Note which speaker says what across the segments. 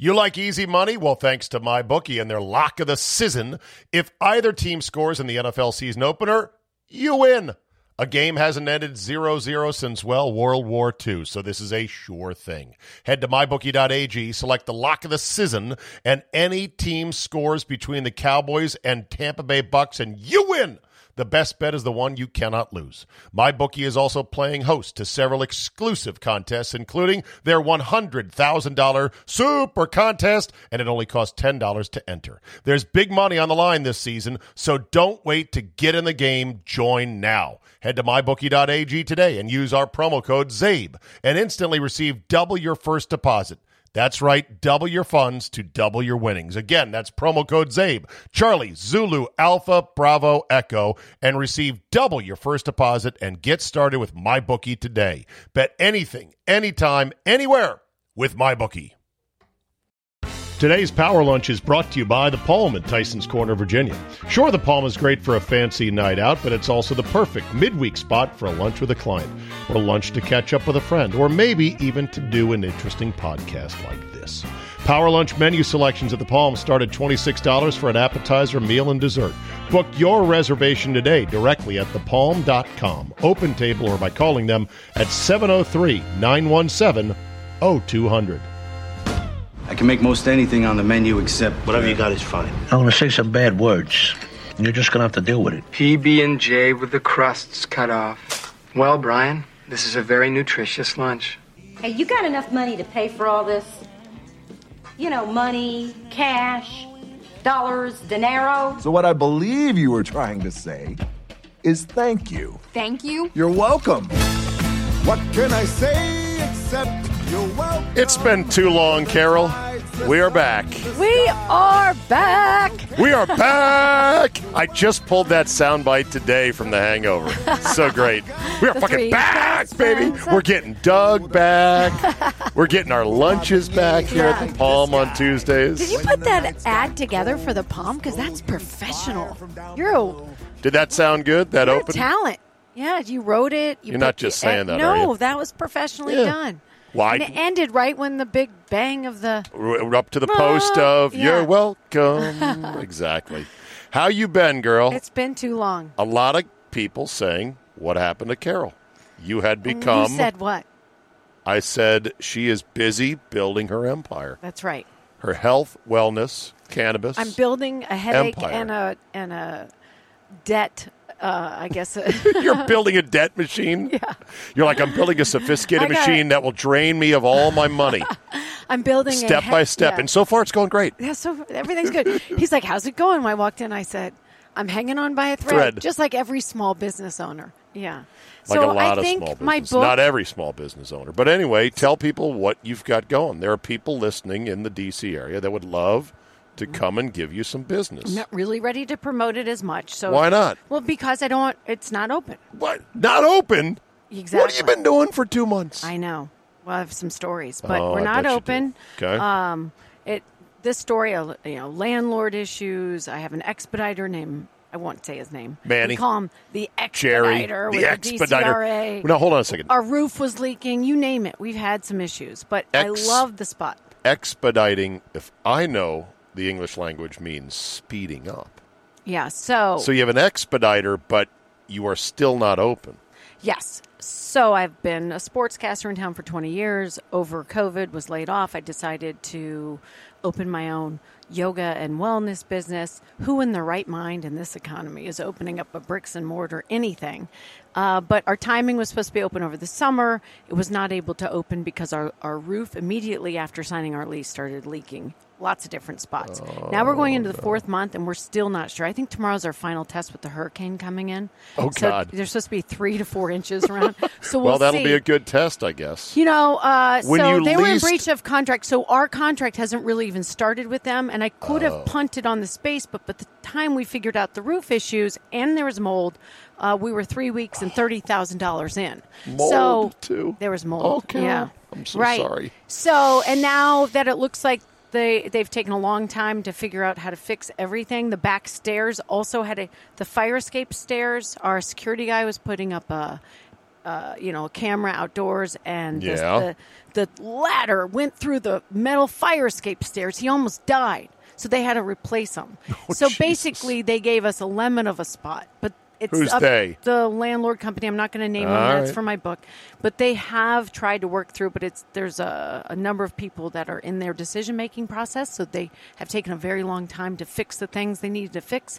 Speaker 1: You like easy money? Well, thanks to my bookie and their lock of the season, if either team scores in the NFL season opener, you win. A game hasn't ended 0-0 since well World War II, so this is a sure thing. Head to mybookie.ag, select the lock of the season, and any team scores between the Cowboys and Tampa Bay Bucks, and you win. The best bet is the one you cannot lose. MyBookie is also playing host to several exclusive contests, including their $100,000 Super Contest, and it only costs $10 to enter. There's big money on the line this season, so don't wait to get in the game. Join now. Head to mybookie.ag today and use our promo code ZABE and instantly receive double your first deposit. That's right, double your funds to double your winnings. Again, that's promo code ZABE, Charlie, Zulu, Alpha, Bravo, Echo, and receive double your first deposit and get started with MyBookie today. Bet anything, anytime, anywhere with MyBookie. Today's Power Lunch is brought to you by The Palm in Tyson's Corner, Virginia. Sure, The Palm is great for a fancy night out, but it's also the perfect midweek spot for a lunch with a client, or lunch to catch up with a friend, or maybe even to do an interesting podcast like this. Power Lunch menu selections at The Palm start at $26 for an appetizer, meal, and dessert. Book your reservation today directly at thepalm.com, open table, or by calling them at 703 917 0200.
Speaker 2: I can make most anything on the menu except uh, whatever you got is fine.
Speaker 3: I'm gonna say some bad words. You're just gonna have to deal with it.
Speaker 4: PB and J with the crusts cut off. Well, Brian, this is a very nutritious lunch.
Speaker 5: Hey, you got enough money to pay for all this? You know, money, cash, dollars, dinero.
Speaker 6: So, what I believe you were trying to say is thank you.
Speaker 7: Thank you.
Speaker 6: You're welcome. What can I say except you're welcome?
Speaker 1: It's been too long, Carol. We are back.
Speaker 7: We are back.
Speaker 1: We are back. I just pulled that soundbite today from The Hangover. So great. We are
Speaker 7: The
Speaker 1: fucking
Speaker 7: three
Speaker 1: back,
Speaker 7: best
Speaker 1: baby.
Speaker 7: friends.
Speaker 1: We're getting Doug back. We're getting our lunches back here at the Palm on Tuesdays.
Speaker 7: Did you put that ad together for the palm? Because that's professional. You're a,
Speaker 1: Did that sound good? That
Speaker 7: you're a
Speaker 1: open?
Speaker 7: talent. Yeah, you wrote it. You
Speaker 1: You're not
Speaker 7: picked
Speaker 1: just
Speaker 7: the-
Speaker 1: saying that,
Speaker 7: No,
Speaker 1: are you?
Speaker 7: that was professionally
Speaker 1: Yeah.
Speaker 7: done.
Speaker 1: Why-
Speaker 7: And it ended right when the big bang of the.
Speaker 1: We're up to the post of
Speaker 7: Yeah.
Speaker 1: "You're welcome." exactly. How you been, girl?
Speaker 7: It's been too long.
Speaker 1: a lot of people saying, "What happened to Carol?" You had become.
Speaker 7: You said what?
Speaker 1: I said she is busy building her empire,
Speaker 7: That's right.
Speaker 1: her health, wellness, cannabis.
Speaker 7: I'm building a headache
Speaker 1: Empire.
Speaker 7: and a and a debt. Uh, I guess.
Speaker 1: You're building a debt machine. Yeah. You're like I'm building a sophisticated
Speaker 7: I got
Speaker 1: machine
Speaker 7: it.
Speaker 1: that will drain me of all my money,
Speaker 7: I'm building a
Speaker 1: step
Speaker 7: he-
Speaker 1: by step.
Speaker 7: yeah.
Speaker 1: And so far, it's going great.
Speaker 7: Yeah, so everything's good. He's like, "How's it going?" When I walked in, I said, "I'm hanging on by a thread,
Speaker 1: Thread.
Speaker 7: just like every small business owner." Yeah.
Speaker 1: Like a
Speaker 7: so
Speaker 1: lot
Speaker 7: I
Speaker 1: of
Speaker 7: think
Speaker 1: small
Speaker 7: my
Speaker 1: business,
Speaker 7: book.
Speaker 1: not every small business owner. But anyway, tell people what you've got going. There are people listening in the D.C. area that would love to
Speaker 7: Mm.
Speaker 1: come and give you some business.
Speaker 7: I'm not really ready to promote it as much. So
Speaker 1: Why not?
Speaker 7: Well, because I don't. It's not open.
Speaker 1: What? Not open?
Speaker 7: Exactly.
Speaker 1: What have you been doing for two months?
Speaker 7: I know. Well, I have some stories, but
Speaker 1: Oh,
Speaker 7: we're
Speaker 1: I
Speaker 7: not
Speaker 1: bet you
Speaker 7: open.
Speaker 1: do. Okay.
Speaker 7: Um, it this story, uh, you know, landlord issues. I have an expediter named. I won't say his name.
Speaker 1: Manny.
Speaker 7: We call him the
Speaker 1: Jerry,
Speaker 7: expediter.
Speaker 1: the
Speaker 7: with
Speaker 1: expediter.
Speaker 7: DCRA.
Speaker 1: Now, hold on a second.
Speaker 7: Our roof was leaking. You name it. We've had some issues, but
Speaker 1: Ex-
Speaker 7: I love the spot.
Speaker 1: Expediting, if I know the English language means speeding up.
Speaker 7: Yeah. So,
Speaker 1: So you have an expediter, but you are still not open.
Speaker 7: yes, So I've been a sportscaster in town for 20 years. Over COVID, was laid off. I decided to open my own yoga and wellness business. Who in their right mind in this economy is opening up a bricks and mortar anything? Uh, but our timing was supposed to be open over the summer. It was not able to open because our, our roof immediately after signing our lease started leaking. Lots of different spots. now we're
Speaker 1: Oh,
Speaker 7: going into the fourth month and we're still not sure. I think tomorrow's our final test with the hurricane coming in.
Speaker 1: Oh,
Speaker 7: So
Speaker 1: God.
Speaker 7: there's supposed to be three to four inches around. So we'll,
Speaker 1: well, that'll
Speaker 7: see.
Speaker 1: be a good test, I guess.
Speaker 7: You know, uh,
Speaker 1: When
Speaker 7: so
Speaker 1: you
Speaker 7: they were in
Speaker 1: leased-
Speaker 7: breach of contract. So our contract hasn't really even started with them, and I could
Speaker 1: Oh.
Speaker 7: have punted on the space, but by the time we figured out the roof issues and there was mold, uh, we were three weeks and thirty thousand dollars in. so
Speaker 1: Mold, too?
Speaker 7: there was mold.
Speaker 1: Okay.
Speaker 7: yeah,
Speaker 1: I'm so
Speaker 7: right.
Speaker 1: sorry.
Speaker 7: So and now that it looks like. They, they've taken a long time to figure out how to fix everything. The back stairs also had a the fire escape stairs. Our security guy was putting up a uh, you know, a camera outdoors, and this-
Speaker 1: Yeah.
Speaker 7: the, the ladder went through the metal fire escape stairs. He almost died, so they had to replace him. so
Speaker 1: Jesus.
Speaker 7: basically, they gave us a lemon of a spot, but it's
Speaker 1: Who's
Speaker 7: up
Speaker 1: they?
Speaker 7: the landlord company. I'm not going to name them.
Speaker 1: All
Speaker 7: That's
Speaker 1: right.
Speaker 7: for my book, but they have tried to work through. But it's there's a, a number of people that are in their decision making process, so they have taken a very long time to fix the things they needed to fix.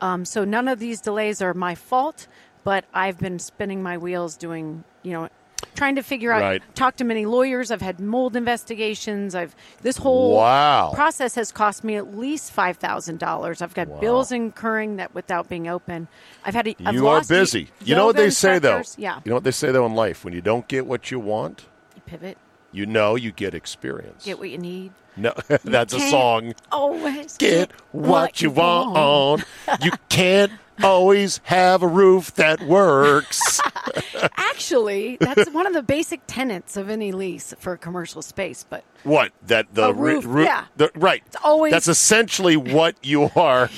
Speaker 7: Um, so none of these delays are my fault, but I've been spinning my wheels doing you know. Trying to figure out.
Speaker 1: Right.
Speaker 7: Talked to many lawyers. I've had mold investigations. I've this whole
Speaker 1: Wow.
Speaker 7: process has cost me at least five thousand dollars. I've got bills incurring that without being open. I've had a, I've
Speaker 1: you are
Speaker 7: lost y-
Speaker 1: busy. You know what
Speaker 7: yoga
Speaker 1: they say, though?
Speaker 7: instructors. Yeah.
Speaker 1: You know what they say, though, in life? When you don't get what you want,
Speaker 7: You pivot.
Speaker 1: you know you get experience.
Speaker 7: Get what you need.
Speaker 1: no, that's a
Speaker 7: Can't
Speaker 1: song.
Speaker 7: Always
Speaker 1: Get what you want. you can't always have a roof that works.
Speaker 7: Actually, that's one of the basic tenets of any lease for a commercial space. But
Speaker 1: What? That the
Speaker 7: A
Speaker 1: ri-
Speaker 7: roof,
Speaker 1: ri-
Speaker 7: yeah.
Speaker 1: the- right.
Speaker 7: It's always-
Speaker 1: That's essentially what you are.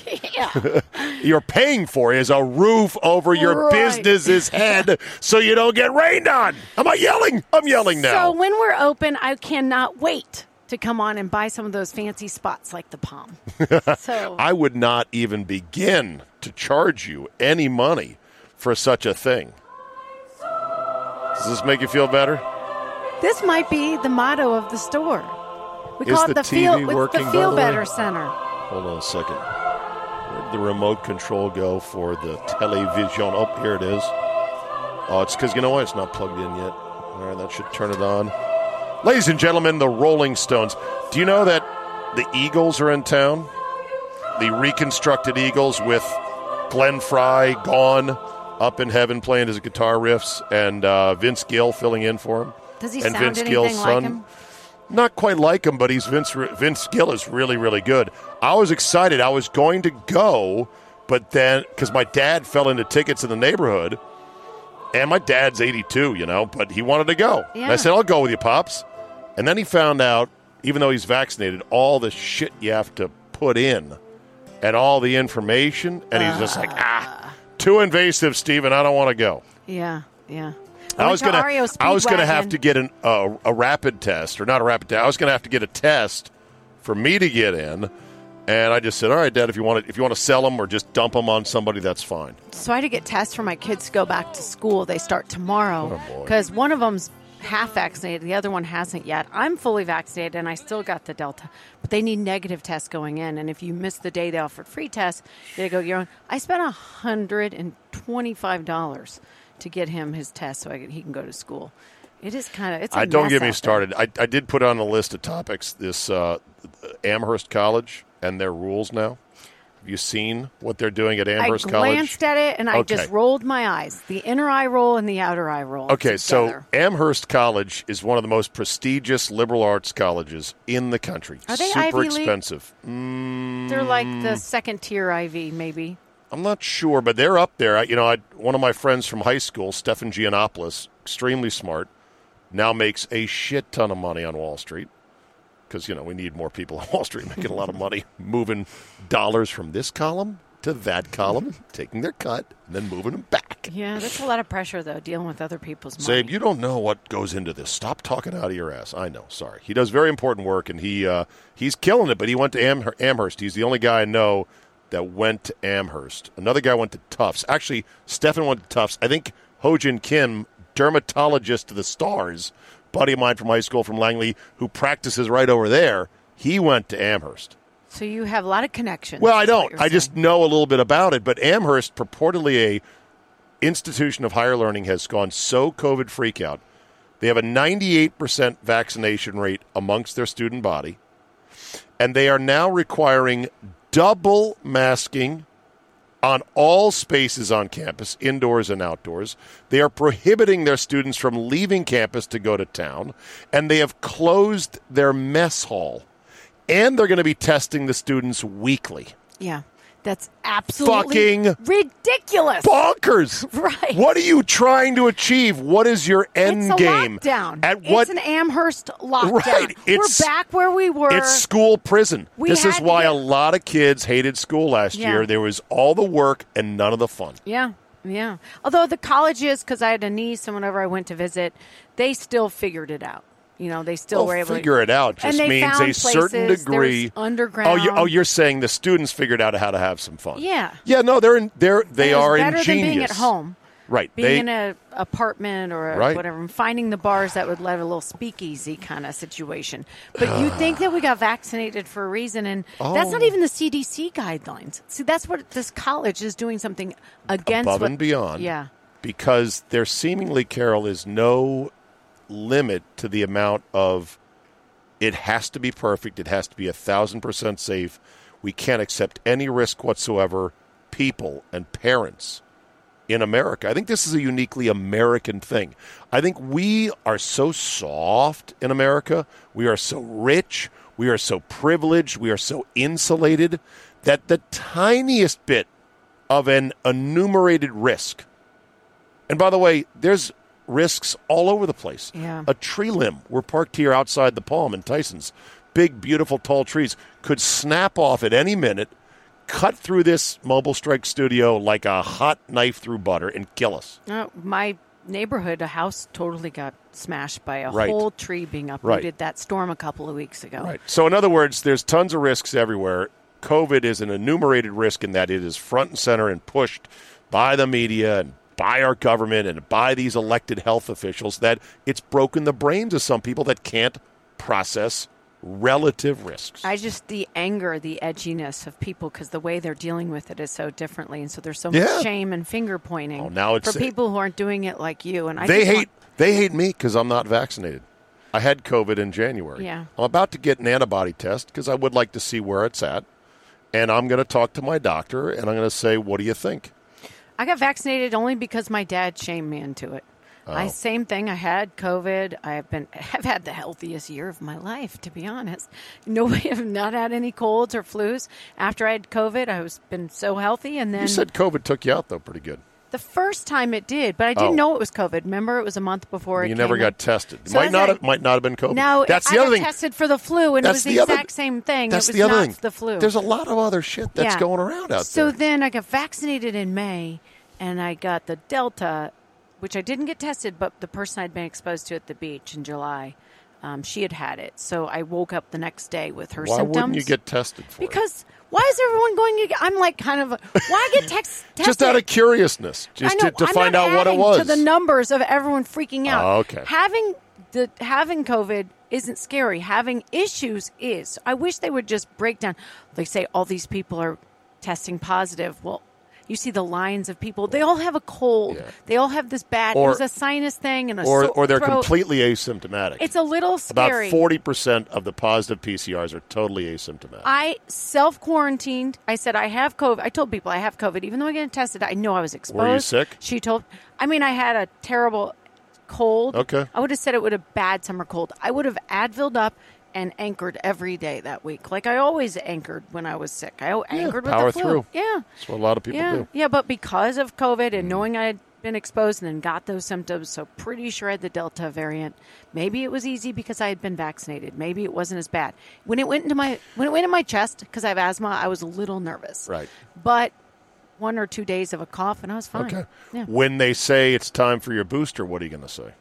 Speaker 1: You're paying for is a roof over your
Speaker 7: Right.
Speaker 1: business's head, so you don't get rained on. Am I yelling? I'm yelling now.
Speaker 7: so when we're open, I cannot wait to come on and buy some of those fancy spots like the Palm. so
Speaker 1: I would not even begin to charge you any money for such a thing. Does this make you feel better?
Speaker 7: This might be the motto of the store. We
Speaker 1: Is
Speaker 7: call
Speaker 1: the
Speaker 7: it the feel,
Speaker 1: TV
Speaker 7: it's
Speaker 1: working, by
Speaker 7: the feel
Speaker 1: the way?
Speaker 7: better center.
Speaker 1: Hold on a second. Where'd the remote control go for the television? Oh, here it is. Oh, it's because you know what? It's not plugged in yet. All right, that should turn it on. Ladies and gentlemen, the Rolling Stones. Do you know that the Eagles are in town? The reconstructed Eagles with Glenn Fry gone up in heaven playing his guitar riffs and uh, Vince Gill filling in for him.
Speaker 7: Does he
Speaker 1: and
Speaker 7: sound
Speaker 1: Vince
Speaker 7: anything
Speaker 1: Gill's
Speaker 7: like
Speaker 1: son
Speaker 7: him?
Speaker 1: not quite like him, but he's Vince. Vince Gill is really, really good. I was excited. I was going to go, but then because my dad fell into tickets in the neighborhood, and my dad's 82, you know, but he wanted to go. And I
Speaker 7: Yeah.
Speaker 1: said, "I'll go with you, pops." And then he found out, even though he's vaccinated, all the shit you have to put in, and all the information, and he's just like, "Ah, too invasive, Steven. I don't want to go."
Speaker 7: Yeah, yeah.
Speaker 1: I
Speaker 7: went
Speaker 1: was
Speaker 7: to
Speaker 1: gonna,
Speaker 7: Ario
Speaker 1: I was gonna have
Speaker 7: E Speedwagon.
Speaker 1: to get an, uh, a rapid test, or not a rapid test. I was gonna have to get a test for me to get in, and I just said, "All right, Dad, if you want to, if you want to sell them or just dump them on somebody, that's fine."
Speaker 7: So I had to get tests for my kids to go back to school. They start tomorrow
Speaker 1: Oh,
Speaker 7: because one of them's half vaccinated, the other one hasn't yet. I'm fully vaccinated and I still got the Delta, but they need negative tests going in. And if you miss the day they offered free tests, they go your own. I spent hundred and twenty-five dollars to get him his test so I could, he can go to school. It is kind of it's. a
Speaker 1: I don't
Speaker 7: mess
Speaker 1: get me
Speaker 7: out there.
Speaker 1: started. I, I did put on a list of topics this uh, Amherst College and their rules now. Have you seen what they're doing at Amherst
Speaker 7: I
Speaker 1: College?
Speaker 7: glanced at it and I
Speaker 1: Okay.
Speaker 7: just rolled my eyes. The inner eye roll and the outer eye roll.
Speaker 1: Okay,
Speaker 7: together.
Speaker 1: so Amherst College is one of the most prestigious liberal arts colleges in the country.
Speaker 7: Are they
Speaker 1: Super
Speaker 7: Ivy League?
Speaker 1: expensive.
Speaker 7: they're like the second tier IV, maybe.
Speaker 1: I'm not sure, but they're up there. I, you know, I, one of my friends from high school, Stefan Giannopoulos, extremely smart, now makes a shit ton of money on Wall Street because you know we need more people on Wall Street making a lot of money, moving dollars from this column to that column, taking their cut, and then moving them back.
Speaker 7: Yeah, that's a lot of pressure though, dealing with other people's money.
Speaker 1: Zabe, you don't know what goes into this. Stop talking out of your ass. I know. Sorry. He does very important work, and he uh, he's killing it. But he went to Am- Amherst. He's the only guy I know that went to Amherst. Another guy went to Tufts. Actually, Stefan went to Tufts. I think Ho Jin Kim dermatologist to the stars, buddy of mine from high school from Langley, who practices right over there. He went to Amherst.
Speaker 7: So you have a lot of connections.
Speaker 1: Well, I
Speaker 7: is what
Speaker 1: don't.
Speaker 7: you're
Speaker 1: I just
Speaker 7: saying.
Speaker 1: know a little bit about it. But Amherst, purportedly a institution of higher learning, has gone so COVID freak out. They have a 98% vaccination rate amongst their student body. And they are now requiring double masking on all spaces on campus, indoors and outdoors. They are prohibiting their students from leaving campus to go to town. And they have closed their mess hall. And they're going to be testing the students weekly.
Speaker 7: Yeah, that's absolutely
Speaker 1: Fucking
Speaker 7: ridiculous.
Speaker 1: bonkers.
Speaker 7: Right.
Speaker 1: What are you trying to achieve? What is your end
Speaker 7: it's a
Speaker 1: game?
Speaker 7: lockdown.
Speaker 1: At what?
Speaker 7: It's an Amherst lockdown.
Speaker 1: Right, it's-
Speaker 7: We're back where we were.
Speaker 1: it's school prison.
Speaker 7: We
Speaker 1: this
Speaker 7: had
Speaker 1: is why
Speaker 7: to-
Speaker 1: a lot of kids hated school last
Speaker 7: Yeah.
Speaker 1: year. There was all the work and none of the fun.
Speaker 7: Yeah, yeah. Although the colleges, because I had a niece, and whenever I went to visit, they still figured it out. You know, they
Speaker 1: Well,
Speaker 7: still were able
Speaker 1: figure
Speaker 7: to
Speaker 1: it out
Speaker 7: And
Speaker 1: just
Speaker 7: they
Speaker 1: means
Speaker 7: found
Speaker 1: a certain
Speaker 7: places. There's
Speaker 1: degree
Speaker 7: underground.
Speaker 1: Oh, you're, oh, you're saying the students figured out how to have some fun.
Speaker 7: Yeah.
Speaker 1: Yeah. No, they're in. They're they
Speaker 7: It was
Speaker 1: are
Speaker 7: better
Speaker 1: ingenious.
Speaker 7: than being at home.
Speaker 1: Right.
Speaker 7: Being
Speaker 1: they,
Speaker 7: in an apartment or a
Speaker 1: Right.
Speaker 7: whatever, and finding the bars that would let a little speakeasy kind of situation. But you think that we got vaccinated for a reason, and that's not
Speaker 1: Oh.
Speaker 7: even the CDC guidelines. See, that's what this college is doing something against.
Speaker 1: above
Speaker 7: what-
Speaker 1: and beyond.
Speaker 7: Yeah.
Speaker 1: Because there seemingly, Carol, is no limit to the amount of it has to be perfect. It has to be a thousand percent safe. We can't accept any risk whatsoever. People and parents in America. I think this is a uniquely American thing. I think we are so soft in America. We are so rich. We are so privileged. We are so insulated that the tiniest bit of an enumerated risk, and by the way, there's risks all over the place.
Speaker 7: Yeah.
Speaker 1: A tree limb, we're parked here outside the Palm in Tyson's, big, beautiful, tall trees, could snap off at any minute cut through this mobile strike studio like a hot knife through butter and kill us.
Speaker 7: No, my neighborhood, a house totally got smashed by a
Speaker 1: Right.
Speaker 7: whole tree being uprooted that storm a couple of weeks ago.
Speaker 1: So, in other words, there's tons of risks everywhere. COVID is an enumerated risk in that it is front and center and pushed by the media and by our government and by these elected health officials that it's broken the brains of some people that can't process relative risks.
Speaker 7: I just, the anger, the edginess of people because the way they're dealing with it is so differently. And so there's so
Speaker 1: Yeah.
Speaker 7: much shame and finger pointing
Speaker 1: Oh, now it's-
Speaker 7: for people who aren't doing it like you. And I
Speaker 1: they
Speaker 7: just
Speaker 1: hate
Speaker 7: want-
Speaker 1: they hate me because I'm not vaccinated. I had COVID in January.
Speaker 7: Yeah.
Speaker 1: I'm about to get an antibody test because I would like to see where it's at, and I'm going to talk to my doctor and I'm going to say, "What do you think?"
Speaker 7: I got vaccinated only because my dad shamed me into it.
Speaker 1: Oh.
Speaker 7: I same thing. I had COVID. I have been have had the healthiest year of my life, to be honest. No, I have not had any colds or flus. After I had COVID, I was been so healthy, and then
Speaker 1: you said COVID took you out though, pretty good.
Speaker 7: the first time it did, but I didn't
Speaker 1: Oh.
Speaker 7: know it was COVID. Remember, it was a month before. it
Speaker 1: You never
Speaker 7: came
Speaker 1: got
Speaker 7: out.
Speaker 1: tested. It
Speaker 7: So
Speaker 1: might
Speaker 7: as
Speaker 1: not
Speaker 7: I-
Speaker 1: have, might not have been COVID.
Speaker 7: No,
Speaker 1: that's
Speaker 7: I
Speaker 1: the other
Speaker 7: got
Speaker 1: thing.
Speaker 7: tested for the flu, and it
Speaker 1: that's
Speaker 7: was the,
Speaker 1: other-
Speaker 7: exact same thing.
Speaker 1: That's
Speaker 7: it was
Speaker 1: the other
Speaker 7: not
Speaker 1: thing.
Speaker 7: The flu.
Speaker 1: There's a lot of other shit that's
Speaker 7: Yeah.
Speaker 1: going around out
Speaker 7: so
Speaker 1: there.
Speaker 7: then I got vaccinated in May, and I got the Delta, which I didn't get tested, but the person I'd been exposed to at the beach in July, um, she had had it. So I woke up the next day with her
Speaker 1: Why
Speaker 7: symptoms.
Speaker 1: wouldn't you get tested for it?
Speaker 7: because why is everyone going? To, get- I'm like kind of why get tex- tested?
Speaker 1: just out of curiousness, just
Speaker 7: I know,
Speaker 1: to, to
Speaker 7: I'm
Speaker 1: find
Speaker 7: not
Speaker 1: out what it
Speaker 7: adding
Speaker 1: was.
Speaker 7: to the numbers of everyone freaking out.
Speaker 1: Oh, okay.
Speaker 7: having the having COVID isn't scary. Having issues is. I wish they would just break down. They say all these people are testing positive. Well. You see the lines of people. They all have a cold.
Speaker 1: Yeah.
Speaker 7: They all have this bad.
Speaker 1: Or-
Speaker 7: it was a sinus thing and a
Speaker 1: or
Speaker 7: sore
Speaker 1: or they're
Speaker 7: throat.
Speaker 1: completely asymptomatic.
Speaker 7: It's a little scary.
Speaker 1: About forty percent of the positive PCRs are totally asymptomatic.
Speaker 7: I self quarantined. I said I have COVID. I told people I have COVID, even though I get tested. I know I was exposed.
Speaker 1: sick?
Speaker 7: She told. I mean, I had a terrible cold.
Speaker 1: Okay.
Speaker 7: I would have said it would have bad summer cold. I would have Advilled up and anchored every day that week, like I always anchored when I was sick. I anchored
Speaker 1: power
Speaker 7: with the flu.
Speaker 1: through.
Speaker 7: Yeah.
Speaker 1: That's what a lot of people
Speaker 7: yeah.
Speaker 1: do.
Speaker 7: Yeah, but because of COVID
Speaker 1: Mm.
Speaker 7: and knowing I had been exposed and then got those symptoms, so pretty sure I had the Delta variant. Maybe it was easy because I had been vaccinated. Maybe it wasn't as bad. When it went into my when it went in my chest because I have asthma, I was a little nervous.
Speaker 1: Right.
Speaker 7: But one or two days of a cough and I was fine.
Speaker 1: Okay.
Speaker 7: Yeah.
Speaker 1: When they say it's time for your booster, what are you going to say?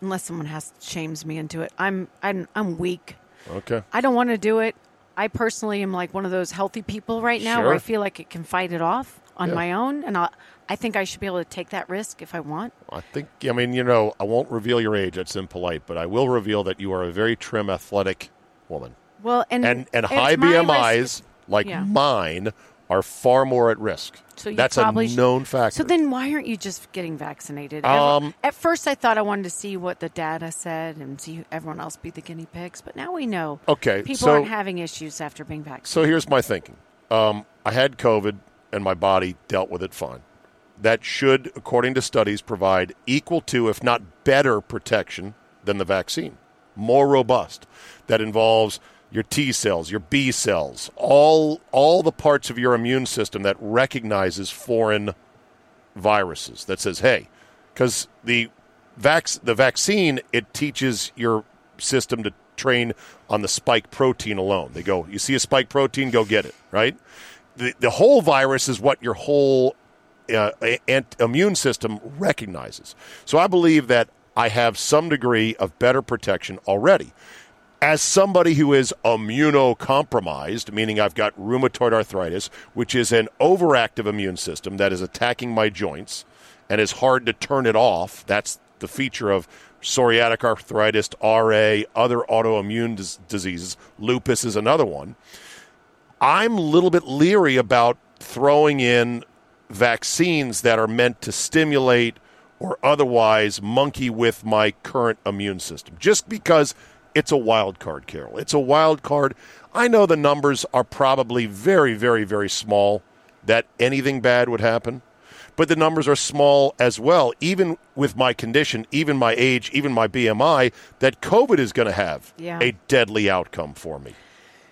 Speaker 7: Unless someone has shames me into it, I'm I'm I'm weak.
Speaker 1: Okay.
Speaker 7: I don't want to do it. I personally am like one of those healthy people right now
Speaker 1: Sure.
Speaker 7: where I feel like it can fight it off. on my own, and I, I think I should be able to take that risk if I want.
Speaker 1: I think, I mean, you know, I won't reveal your age. That's impolite, but I will reveal that you are a very trim, athletic woman.
Speaker 7: Well, and
Speaker 1: And, and
Speaker 7: it's
Speaker 1: high
Speaker 7: my
Speaker 1: BMIs,
Speaker 7: risk-
Speaker 1: like
Speaker 7: yeah.
Speaker 1: mine, are far more at risk.
Speaker 7: So you
Speaker 1: That's
Speaker 7: probably
Speaker 1: a
Speaker 7: sh-
Speaker 1: known factor.
Speaker 7: So then, why aren't you just getting vaccinated?
Speaker 1: Um,
Speaker 7: Every- at first, I thought I wanted to see what the data said and see who- everyone else be the guinea pigs, but now we know.
Speaker 1: Okay,
Speaker 7: people
Speaker 1: so-
Speaker 7: aren't having issues after being vaccinated.
Speaker 1: So here's my thinking. Um, I had COVID, and my body dealt with it fine. That should, according to studies, provide equal to, if not better, protection than the vaccine. More robust. That involves your T cells, your B cells, all all the parts of your immune system that recognizes foreign viruses. That says, "Hey," because the vac- the vaccine it teaches your system to train on the spike protein alone. They go, you see a spike protein, go get it. Right. The the whole virus is what your whole uh, a- ant- immune system recognizes. So I believe that I have some degree of better protection already. As somebody who is immunocompromised, meaning I've got rheumatoid arthritis, which is an overactive immune system that is attacking my joints and is hard to turn it off, that's the feature of psoriatic arthritis, RA, other autoimmune dis- diseases. Lupus is another one. I'm a little bit leery about throwing in vaccines that are meant to stimulate or otherwise monkey with my current immune system just because it's a wild card, Carol. It's a wild card. I know the numbers are probably very, very, very small that anything bad would happen, but the numbers are small as well, even with my condition, even my age, even my BMI, that COVID is going to have
Speaker 7: Yeah.
Speaker 1: a deadly outcome for me.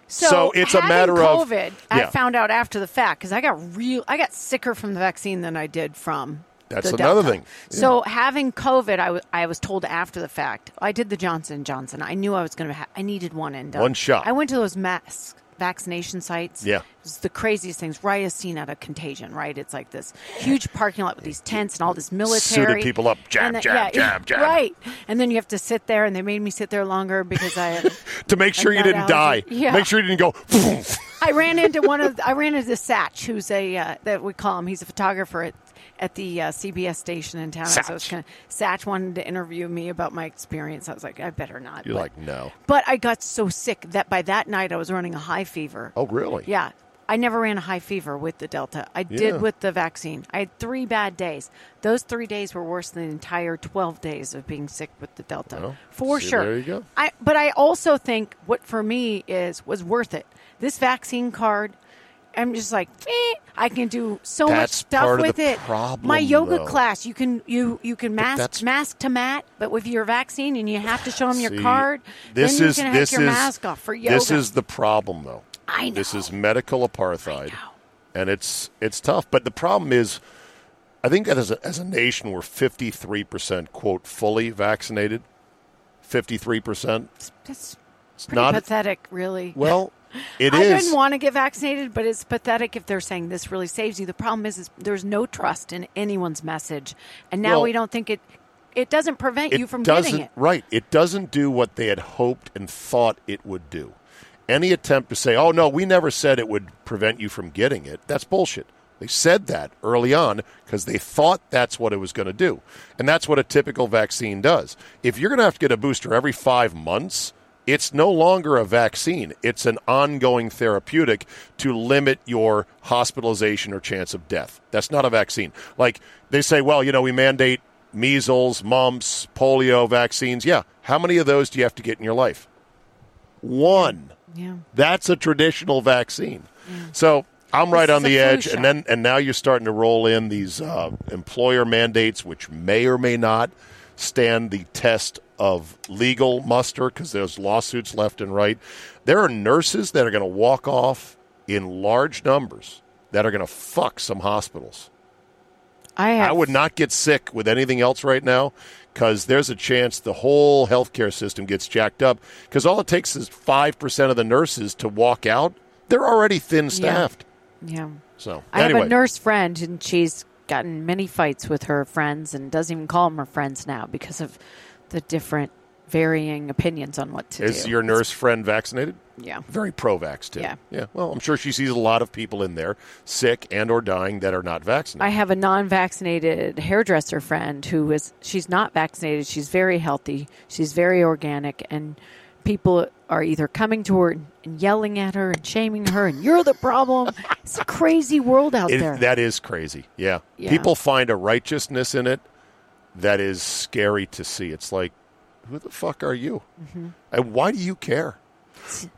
Speaker 1: so it's a
Speaker 7: having
Speaker 1: matter of-
Speaker 7: COVID. I
Speaker 1: Yeah.
Speaker 7: found out after the fact because I got real. I got sicker from the vaccine than I did from.
Speaker 1: That's
Speaker 7: the
Speaker 1: another
Speaker 7: Delta.
Speaker 1: thing.
Speaker 7: So having COVID, I wa- I was told after the fact. I did the Johnson Johnson. I knew I was going to. Ha- I needed one and done.
Speaker 1: One shot.
Speaker 7: I went to those mass vaccination sites.
Speaker 1: Yeah.
Speaker 7: It was the craziest things. Right as seen out of Contagion. Right, it's like this huge parking lot with these tents and all this military
Speaker 1: people up. Jab,
Speaker 7: And
Speaker 1: jab, jab, jab.
Speaker 7: Right, and then you have to sit there, and they made me sit there longer because I.
Speaker 1: to make sure
Speaker 7: And
Speaker 1: you
Speaker 7: not
Speaker 1: didn't die.
Speaker 7: allergy. Yeah.
Speaker 1: Make sure you didn't go.
Speaker 7: I ran into one of I ran into Satch, who's a uh, that we call him. He's a photographer at at the uh, CBS station in town. So it's
Speaker 1: Satch.
Speaker 7: kind of, Satch wanted to interview me about my experience. I was like, I better not.
Speaker 1: You're
Speaker 7: but,
Speaker 1: like, no.
Speaker 7: But I got so sick that by that night I was running a high fever.
Speaker 1: Oh, really?
Speaker 7: Yeah. I never ran a high fever with the Delta. I
Speaker 1: Yeah.
Speaker 7: did with the vaccine. I had three bad days. Those three days were worse than the entire 12 days of being sick with the Delta.
Speaker 1: Well,
Speaker 7: for
Speaker 1: see,
Speaker 7: sure.
Speaker 1: there you go.
Speaker 7: I, but I also think what for me is was worth it. This vaccine card, I'm just like, eh, I can do so
Speaker 1: That's
Speaker 7: much stuff
Speaker 1: part of
Speaker 7: with
Speaker 1: the
Speaker 7: it.
Speaker 1: problem,
Speaker 7: My yoga
Speaker 1: though.
Speaker 7: class, you can you you can
Speaker 1: that's-
Speaker 7: mask mask to mat, but with your vaccine and you have to show them
Speaker 1: See,
Speaker 7: your card.
Speaker 1: This
Speaker 7: then
Speaker 1: is
Speaker 7: you can
Speaker 1: this
Speaker 7: have your
Speaker 1: is
Speaker 7: mask off for yoga.
Speaker 1: this is the problem, though.
Speaker 7: I know.
Speaker 1: This is medical apartheid,
Speaker 7: I know.
Speaker 1: and it's it's tough. But the problem is, I think that as a, as a nation, we're fifty three percent quote fully vaccinated. Fifty three percent.
Speaker 7: That's
Speaker 1: It's
Speaker 7: pretty
Speaker 1: not
Speaker 7: pathetic, really.
Speaker 1: well. It
Speaker 7: I
Speaker 1: is.
Speaker 7: didn't want to get vaccinated, but it's pathetic if they're saying this really saves you. The problem is, is there's no trust in anyone's message, and now
Speaker 1: Well-
Speaker 7: we don't think it. It doesn't prevent you from
Speaker 1: doesn't,
Speaker 7: getting it.
Speaker 1: Right. It doesn't do what they had hoped and thought it would do. Any attempt to say, oh, no, we never said it would prevent you from getting it, that's bullshit. They said that early on because they thought that's what it was going to do. And that's what a typical vaccine does. If you're going to have to get a booster every five months, it's no longer a vaccine. It's an ongoing therapeutic to limit your hospitalization or chance of death. That's not a vaccine. Like they say, well, you know, we mandate measles, mumps, polio vaccines. Yeah. How many of those do you have to get in your life? One.
Speaker 7: Yeah.
Speaker 1: That's a traditional vaccine. So I'm right
Speaker 7: This
Speaker 1: on
Speaker 7: is a
Speaker 1: the
Speaker 7: flu
Speaker 1: edge,
Speaker 7: shot.
Speaker 1: and then and now you're starting to roll in these uh, employer mandates, which may or may not stand the test of legal muster because there's lawsuits left and right. There are nurses that are going to walk off in large numbers that are going to fuck some hospitals.
Speaker 7: I, have,
Speaker 1: I would not get sick with anything else right now because there's a chance the whole healthcare system gets jacked up because all it takes is 5% of the nurses to walk out. They're already thin staffed.
Speaker 7: Yeah.
Speaker 1: So,
Speaker 7: I
Speaker 1: anyway,
Speaker 7: have a nurse friend, and she's gotten many fights with her friends, and doesn't even call them her friends now because of the different varying opinions on what to
Speaker 1: is
Speaker 7: do.
Speaker 1: your nurse friend vaccinated?
Speaker 7: Yeah.
Speaker 1: Very pro-vax too.
Speaker 7: Yeah.
Speaker 1: Yeah. Well, I'm sure she sees a lot of people in there, sick and or dying, that are not vaccinated.
Speaker 7: I have a non-vaccinated hairdresser friend who is she's not vaccinated. She's very healthy. She's very organic and people are either coming to her and yelling at her and shaming her and you're the problem. It's a crazy world out
Speaker 1: It-
Speaker 7: there.
Speaker 1: that is crazy. Yeah.
Speaker 7: Yeah.
Speaker 1: People find a righteousness in it that is scary to see. It's like, who the fuck are you?
Speaker 7: Mm-hmm.
Speaker 1: And why do you care?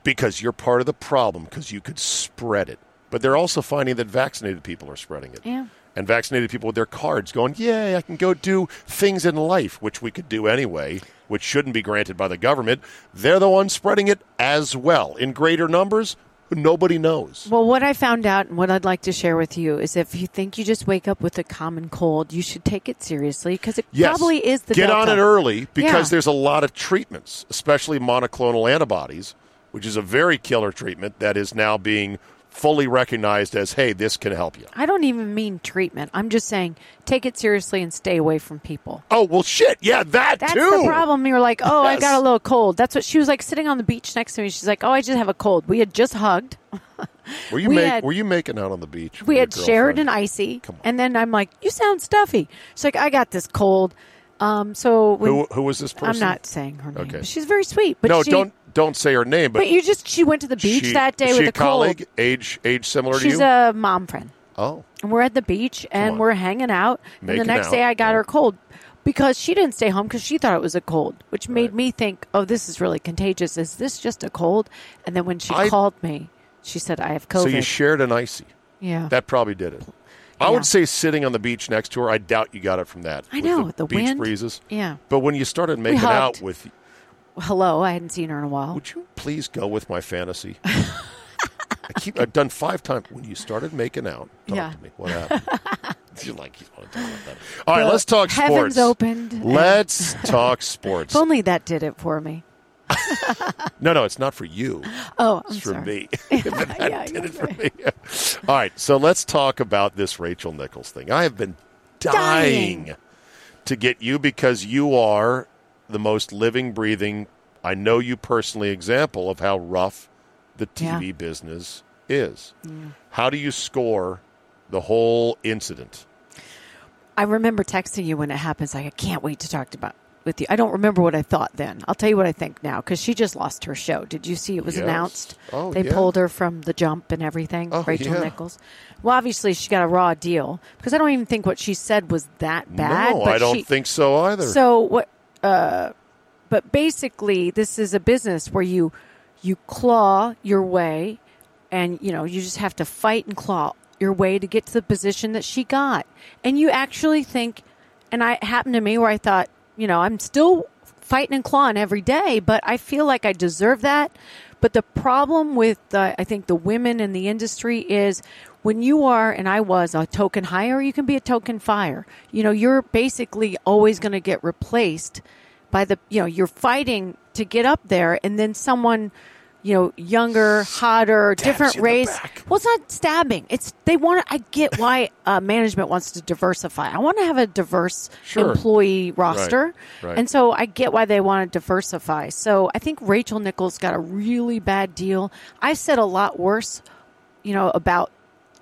Speaker 1: Because you're part of the problem because you could spread it. But they're also finding that vaccinated people are spreading it.
Speaker 7: Yeah.
Speaker 1: And vaccinated people with their cards going, yeah, I can go do things in life, which we could do anyway, which shouldn't be granted by the government. They're the ones spreading it as well in greater numbers. Nobody knows.
Speaker 7: Well, what I found out and what I'd like to share with you is if you think you just wake up with a common cold, you should take it seriously because it
Speaker 1: Yes.
Speaker 7: probably is the
Speaker 1: get on
Speaker 7: Delta.
Speaker 1: it early because
Speaker 7: Yeah.
Speaker 1: there's a lot of treatments, especially monoclonal antibodies, which is a very killer treatment that is now being fully recognized as hey, this can help you.
Speaker 7: I don't even mean treatment. I'm just saying take it seriously and stay away from people.
Speaker 1: Oh well, shit, yeah, that
Speaker 7: That's
Speaker 1: too.
Speaker 7: the problem. You're like, oh, I got
Speaker 1: Yes.
Speaker 7: a little cold. That's what she was like sitting on the beach next to me. She's like, oh, I just have a cold. We had just hugged.
Speaker 1: Were you
Speaker 7: We
Speaker 1: make,
Speaker 7: had-
Speaker 1: were you making out on the beach? with
Speaker 7: We
Speaker 1: your
Speaker 7: had shared
Speaker 1: girlfriend?
Speaker 7: an icy.
Speaker 1: Come on.
Speaker 7: And then I'm like, you sound stuffy. She's like, I got this cold. Um, so when,
Speaker 1: Who who was this person?
Speaker 7: I'm not saying her name.
Speaker 1: Okay.
Speaker 7: She's very sweet. But
Speaker 1: no,
Speaker 7: she,
Speaker 1: don't don't say her name, but,
Speaker 7: But, you just, she went to the beach
Speaker 1: she-
Speaker 7: that day
Speaker 1: is she
Speaker 7: with a
Speaker 1: colleague,
Speaker 7: cold.
Speaker 1: age age similar
Speaker 7: She's
Speaker 1: to you.
Speaker 7: a mom friend.
Speaker 1: oh,
Speaker 7: And we're at the beach
Speaker 1: on.
Speaker 7: and we're hanging out. and
Speaker 1: Making
Speaker 7: the next
Speaker 1: out,
Speaker 7: day I got
Speaker 1: right.
Speaker 7: her cold because she didn't stay home because she thought it was a cold, which made me think, oh, this is really contagious. Is this just a cold? And then when she
Speaker 1: I-
Speaker 7: called me, she said, I have COVID.
Speaker 1: so you shared an icy.
Speaker 7: yeah.
Speaker 1: That probably did it. I
Speaker 7: Oh. Yeah.
Speaker 1: would say sitting on the beach next to her. I doubt you got it from that.
Speaker 7: I
Speaker 1: With
Speaker 7: know,
Speaker 1: the,
Speaker 7: the
Speaker 1: beach
Speaker 7: wind.
Speaker 1: breezes.
Speaker 7: Yeah.
Speaker 1: But when you started making out
Speaker 7: hugged.
Speaker 1: with,
Speaker 7: Hello. I hadn't seen her in a while.
Speaker 1: would you please go with my fantasy? I keep. I've done five times. When you started making out, talk
Speaker 7: Yeah.
Speaker 1: to me. What happened? You're like you want to talk about that. All right, let's talk
Speaker 7: heavens
Speaker 1: sports.
Speaker 7: opened and-
Speaker 1: Let's talk sports.
Speaker 7: If only that did it for me.
Speaker 1: No, no, it's not for you.
Speaker 7: Oh, I'm
Speaker 1: It's for
Speaker 7: sorry.
Speaker 1: me.
Speaker 7: yeah, yeah,
Speaker 1: for me. All right, so let's talk about this Rachel Nichols thing. I have been dying,
Speaker 7: Dying.
Speaker 1: to get you because you are the most living, breathing, I know you personally, example of how rough the TV
Speaker 7: Yeah.
Speaker 1: business is. How do you score the whole incident?
Speaker 7: I remember texting you when it happens. Like, I can't wait to talk about with you. I don't remember what I thought then. I'll tell you what I think now because she just lost her show. Did you see it was
Speaker 1: Yes.
Speaker 7: announced?
Speaker 1: Oh,
Speaker 7: they
Speaker 1: yeah.
Speaker 7: pulled her from the jump and everything.
Speaker 1: Oh,
Speaker 7: Rachel
Speaker 1: yeah.
Speaker 7: Nichols. Well, obviously she got a raw deal because I don't even think what she said was that bad.
Speaker 1: no,
Speaker 7: but
Speaker 1: I don't
Speaker 7: she-
Speaker 1: think so either.
Speaker 7: So what? Uh, but basically, this is a business where you you claw your way, and you know you just have to fight and claw your way to get to the position that she got. And you actually think, and I it happened to me where I thought, you know, I'm still fighting and clawing every day, but I feel like I deserve that. But the problem with the, I think the women in the industry is when you are, and I was a token hire, you can be a token fire. You know, you're basically always going to get replaced by the, you know, you're fighting to get up there, and then someone, you know, younger, hotter, different
Speaker 1: you in the
Speaker 7: race.
Speaker 1: back.
Speaker 7: Well, it's not stabbing. It's they want. to I get why uh, management wants to diversify. I want to have a diverse
Speaker 1: Sure.
Speaker 7: employee roster,
Speaker 1: right.
Speaker 7: and so I get why they want to diversify. So I think Rachel Nichols got a really bad deal. I said a lot worse, you know, about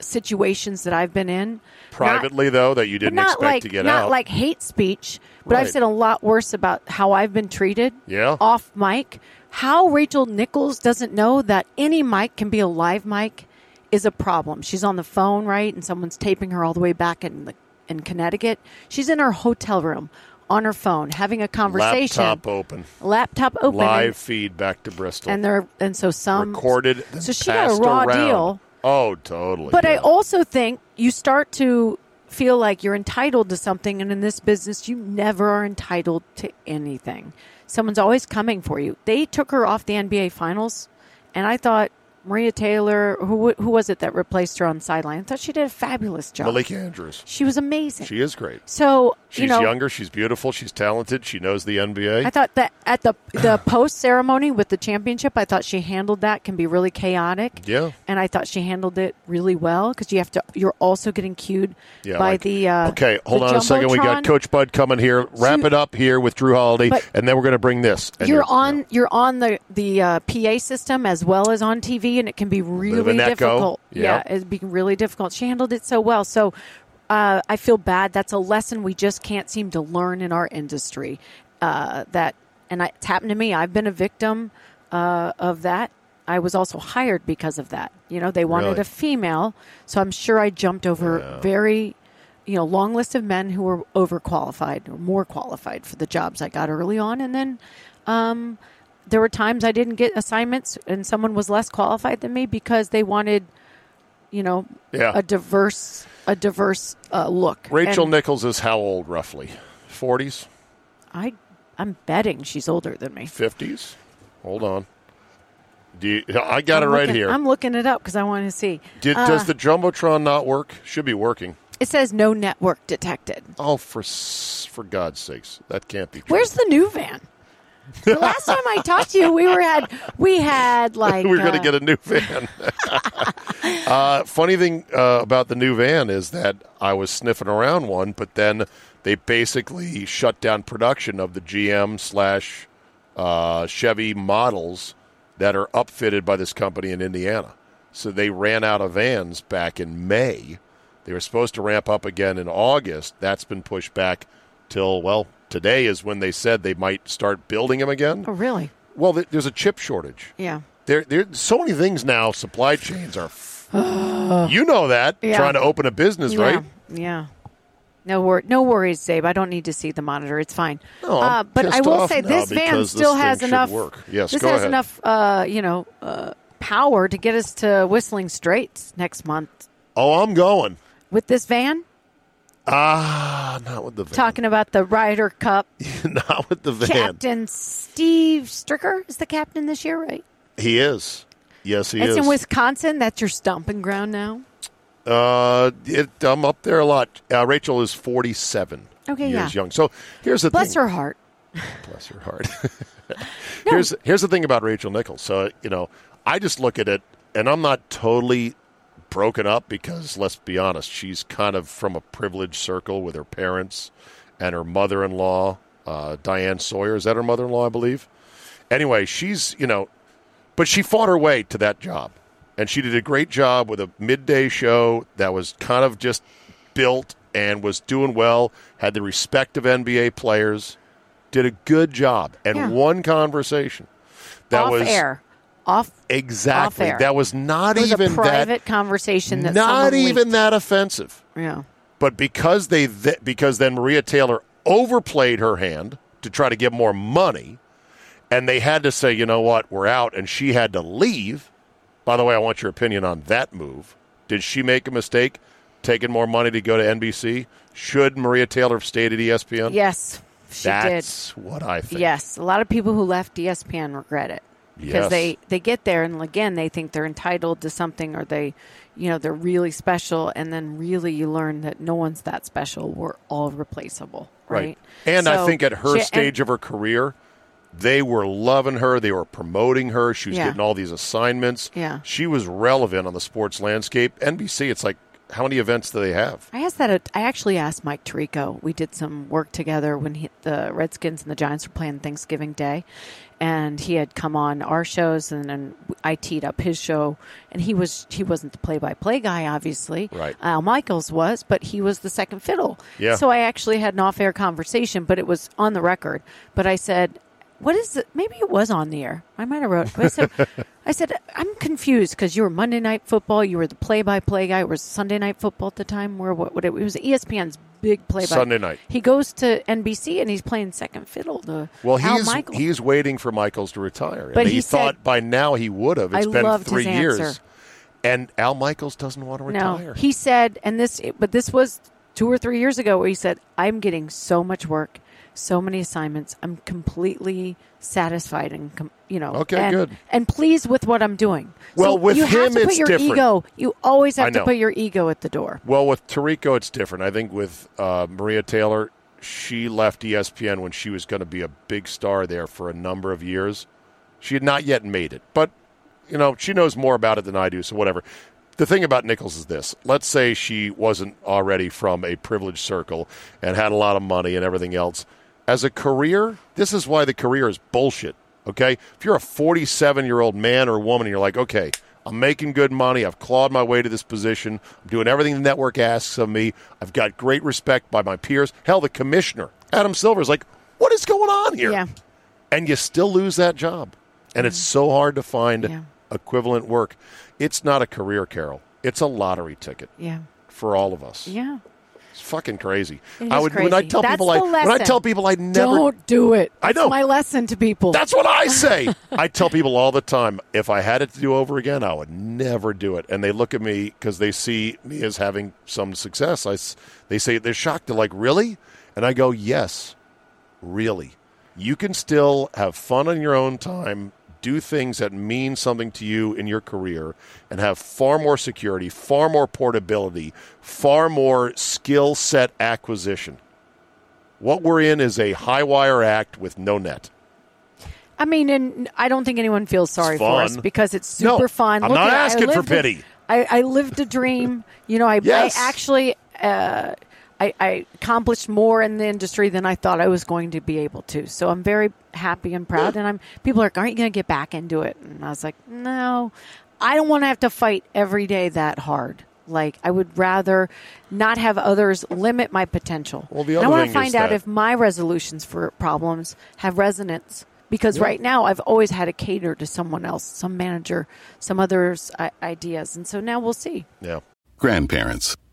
Speaker 7: situations that I've been in Not-
Speaker 1: Privately, though, that you
Speaker 7: but
Speaker 1: didn't
Speaker 7: not
Speaker 1: expect
Speaker 7: like
Speaker 1: to get
Speaker 7: not
Speaker 1: out.
Speaker 7: like hate speech. But I've
Speaker 1: Right.
Speaker 7: said a lot worse about how I've been treated.
Speaker 1: Yeah.
Speaker 7: off mic. How Rachel Nichols doesn't know that any mic can be a live mic is a problem. She's on the phone, right, and someone's taping her all the way back in the, in Connecticut. She's in her hotel room on her phone having a conversation.
Speaker 1: Laptop open.
Speaker 7: Laptop open.
Speaker 1: Live feed back to Bristol.
Speaker 7: And, and they're and so some
Speaker 1: recorded. then
Speaker 7: Um, So she got a
Speaker 1: passed
Speaker 7: raw
Speaker 1: around.
Speaker 7: deal.
Speaker 1: Oh, totally.
Speaker 7: But I
Speaker 1: yeah.
Speaker 7: also think you start to feel like you're entitled to something, and in this business, you never are entitled to anything. Someone's always coming for you. They took her off the NBA Finals, and I thought, Maria Taylor, who who was it that replaced her on sideline? I thought she did a fabulous job.
Speaker 1: Malika Andrews.
Speaker 7: She was amazing.
Speaker 1: She is great.
Speaker 7: so
Speaker 1: She's
Speaker 7: you know,
Speaker 1: younger. She's beautiful. She's talented. She knows the NBA.
Speaker 7: I thought that at the the post ceremony with the championship, I thought she handled that can be really chaotic.
Speaker 1: Yeah.
Speaker 7: and I thought she handled it really well because you have to. You're also getting cued
Speaker 1: yeah,
Speaker 7: by
Speaker 1: like-
Speaker 7: the uh,
Speaker 1: okay, hold
Speaker 7: the
Speaker 1: on a second. We got
Speaker 7: Jumbotron.
Speaker 1: Coach Bud coming here. Wrap
Speaker 7: you-
Speaker 1: it up here with Drew Holiday,
Speaker 7: But-
Speaker 1: and then we're going to bring this. And
Speaker 7: You're on you're on the the uh, PA system as well as on TV, and it can be really
Speaker 1: an echo.
Speaker 7: difficult.
Speaker 1: Yeah.
Speaker 7: Yeah, it'd be really difficult. She handled it so well. So uh, I feel bad. That's a lesson we just can't seem to learn in our industry. Uh, that and I, it's happened to me. I've been a victim uh, of that. I was also hired because of that. You know, they wanted
Speaker 1: Really?
Speaker 7: a female, so I'm sure I jumped over very. You know, long list of men who were overqualified or more qualified for the jobs I got early on, and then um, there were times I didn't get assignments and someone was less qualified than me because they wanted, you know,
Speaker 1: Yeah.
Speaker 7: a diverse a diverse uh, look.
Speaker 1: Rachel
Speaker 7: And
Speaker 1: Nichols is how old roughly? 40s,
Speaker 7: I I'm betting she's older than me.
Speaker 1: 50s? Hold on. Do you, I got
Speaker 7: I'm
Speaker 1: it right
Speaker 7: looking-
Speaker 1: here.
Speaker 7: I'm looking it up because I want to see. Uh,
Speaker 1: Did, does the jumbotron not work? Should be working.
Speaker 7: It says no network detected.
Speaker 1: Oh, for s- for God's sakes, that can't be. True.
Speaker 7: Where's the new van? The last time I talked to you, we were had we had like
Speaker 1: we were going to
Speaker 7: uh,
Speaker 1: get a new van. uh, funny thing uh, about the new van is that I was sniffing around one, but then they basically shut down production of the GM slash uh, Chevy models that are upfitted by this company in Indiana. So they ran out of vans back in May. They were supposed to ramp up again in August. That's been pushed back till well today is when they said they might start building them again.
Speaker 7: Oh, really?
Speaker 1: Well, th- there's a chip shortage
Speaker 7: Yeah.
Speaker 1: there, there so many things now supply chains are you know that
Speaker 7: Yeah.
Speaker 1: trying to open a business
Speaker 7: yeah.
Speaker 1: right
Speaker 7: Yeah. No wor- no worries, Dave. I don't need to see the monitor. It's fine.
Speaker 1: No, I'm
Speaker 7: uh, but I
Speaker 1: pissed
Speaker 7: will
Speaker 1: off
Speaker 7: say
Speaker 1: now
Speaker 7: this van
Speaker 1: because this
Speaker 7: still
Speaker 1: thing
Speaker 7: has
Speaker 1: should
Speaker 7: enough.
Speaker 1: work. Yes,
Speaker 7: this
Speaker 1: go
Speaker 7: has
Speaker 1: ahead.
Speaker 7: enough. Uh, you know, uh, power to get us to Whistling Straits next month
Speaker 1: oh i'm going
Speaker 7: with this van.
Speaker 1: ah not with the van
Speaker 7: Talking about the Ryder Cup,
Speaker 1: not with the van
Speaker 7: Captain Steve Stricker is the captain this year, right?
Speaker 1: he is yes he
Speaker 7: it's
Speaker 1: is
Speaker 7: in Wisconsin. That's your stomping ground now.
Speaker 1: uh it, i'm up there a lot uh, rachel is 47
Speaker 7: Okay,
Speaker 1: years
Speaker 7: yeah.
Speaker 1: young so here's the
Speaker 7: Bless
Speaker 1: thing
Speaker 7: her heart.
Speaker 1: bless her heart here's here's the thing about rachel nichols so you know i just look at it and i'm not totally broken up because let's be honest, she's kind of from a privileged circle with her parents and her mother-in-law, uh, Diane Sawyer. Is that her mother-in-law? I believe. Anyway, she's you know, but she fought her way to that job, and she did a great job with a midday show that was kind of just built and was doing well. Had the respect of NBA players. Did a good job and
Speaker 7: Yeah.
Speaker 1: one conversation that
Speaker 7: off
Speaker 1: was
Speaker 7: air, off.
Speaker 1: exactly
Speaker 7: Off air.
Speaker 1: that was not
Speaker 7: It was
Speaker 1: even
Speaker 7: a private
Speaker 1: that
Speaker 7: conversation that
Speaker 1: not
Speaker 7: someone leaked.
Speaker 1: even that offensive.
Speaker 7: Yeah.
Speaker 1: But because they th- because then Maria Taylor overplayed her hand to try to get more money, and they had to say, you know what, we're out, and she had to leave. By the way, I want your opinion on that move. Did she make a mistake taking more money to go to NBC? Should Maria Taylor have stayed at E ESPN?
Speaker 7: Yes, she did.
Speaker 1: that's what I think.
Speaker 7: Yes, a lot of people who left E ESPN regret it because
Speaker 1: Yes.
Speaker 7: they they get there and again they think they're entitled to something or they, you know, they're really special and then really you learn that no one's that special. We're all replaceable, right?
Speaker 1: And I
Speaker 7: So
Speaker 1: think at her
Speaker 7: she- and-
Speaker 1: stage of her career, they were loving her. They were promoting her. She was
Speaker 7: Yeah.
Speaker 1: getting all these assignments.
Speaker 7: Yeah.
Speaker 1: She was relevant on the sports landscape. NBC, it's like, how many events do they have?
Speaker 7: I asked that. I actually asked Mike Tirico. We did some work together when he, the Redskins and the Giants were playing Thanksgiving Day, and he had come on our shows, and then I teed up his show. And he was he wasn't the play-by-play guy, obviously.
Speaker 1: Right.
Speaker 7: Al Michaels was, but he was the second fiddle.
Speaker 1: Yeah.
Speaker 7: So I actually had an off-air conversation, but it was on the record. But I said, "What is it? Maybe it was on the air. I might have wrote." But I said, "I said I'm confused because you were Monday Night Football, you were the play-by-play guy. It was Sunday Night Football at the time. Where what? what it, was E ESPN's big play-by
Speaker 1: Sunday night.
Speaker 7: He goes to NBC and he's playing second fiddle to
Speaker 1: Well,
Speaker 7: Al
Speaker 1: he's
Speaker 7: Michaels.
Speaker 1: he's waiting for Michaels to retire.
Speaker 7: But
Speaker 1: and he,
Speaker 7: he said-
Speaker 1: thought by now he would have. It's
Speaker 7: I
Speaker 1: been
Speaker 7: loved
Speaker 1: three
Speaker 7: his
Speaker 1: years.
Speaker 7: answer.
Speaker 1: And Al Michaels doesn't want to retire.
Speaker 7: No, he said, and this, but this was two or three years ago where he said, "I'm getting so much work so many assignments. I'm completely satisfied and com- you know
Speaker 1: Okay,
Speaker 7: and,
Speaker 1: good.
Speaker 7: and pleased with what I'm doing.
Speaker 1: Well,
Speaker 7: So
Speaker 1: with
Speaker 7: you have
Speaker 1: him,
Speaker 7: to put
Speaker 1: it's
Speaker 7: your
Speaker 1: different.
Speaker 7: ego. You always
Speaker 1: I
Speaker 7: have to
Speaker 1: know.
Speaker 7: put your ego at the door.
Speaker 1: Well, with Tariko, it's different. I think with uh, Maria Taylor, she left E ESPN when she was going to be a big star there for a number of years. She had not yet made it, but you know she knows more about it than I do. So whatever. The thing about Nichols is this: let's say she wasn't already from a privileged circle and had a lot of money and everything else. As a career, this is why the career is bullshit. Okay, if you're a 47 year old man or woman, and you're like, okay, I'm making good money. I've clawed my way to this position. I'm doing everything the network asks of me. I've got great respect by my peers. Hell, the commissioner, Adam Silver, is like, what is going on here?
Speaker 7: Yeah.
Speaker 1: And you still lose that job. And it's so hard to find
Speaker 7: Mm. Yeah.
Speaker 1: equivalent work. It's not a career, Carol. It's a lottery ticket
Speaker 7: Yeah.
Speaker 1: for all of us.
Speaker 7: Yeah.
Speaker 1: It's fucking crazy.
Speaker 7: It
Speaker 1: I
Speaker 7: is
Speaker 1: would when I
Speaker 7: crazy.
Speaker 1: tell
Speaker 7: That's
Speaker 1: people I
Speaker 7: the
Speaker 1: when I
Speaker 7: lesson.
Speaker 1: tell people I never
Speaker 7: Don't do it.
Speaker 1: I
Speaker 7: That's
Speaker 1: know.
Speaker 7: my lesson to people.
Speaker 1: that's what I say. I tell people all the time if I had it to do over again, I would never do it. And they look at me because they see me as having some success. I, s- they say they're shocked. They're like, really? And I go, yes, really. You can still have fun on your own time, do things that mean something to you in your career, and have far more security, far more portability, far more skill set acquisition. What we're in is a high wire act with no net.
Speaker 7: I mean, and I don't think anyone feels sorry for us
Speaker 1: fun.
Speaker 7: because it's
Speaker 1: No,
Speaker 7: super fun.
Speaker 1: I'm
Speaker 7: Look
Speaker 1: not
Speaker 7: at- I
Speaker 1: asking for
Speaker 7: lived a-
Speaker 1: pity.
Speaker 7: I, I lived a dream. You know, I,
Speaker 1: Yes.
Speaker 7: I actually uh, I, I accomplished more in the industry than I thought I was going to be able to. So I'm very happy and proud. And I'm people are like, aren't you going to get back into it? And I was like, no, I don't want to have to fight every day that hard. Like I would rather not have others limit my potential.
Speaker 1: Well, the
Speaker 7: And I
Speaker 1: other
Speaker 7: wanna
Speaker 1: thing is
Speaker 7: find out
Speaker 1: that-
Speaker 7: if my resolutions for problems have resonance because right now I've always had to cater to someone else, some manager, some others' i- ideas, and so now we'll see.
Speaker 1: Yeah.
Speaker 8: Grandparents.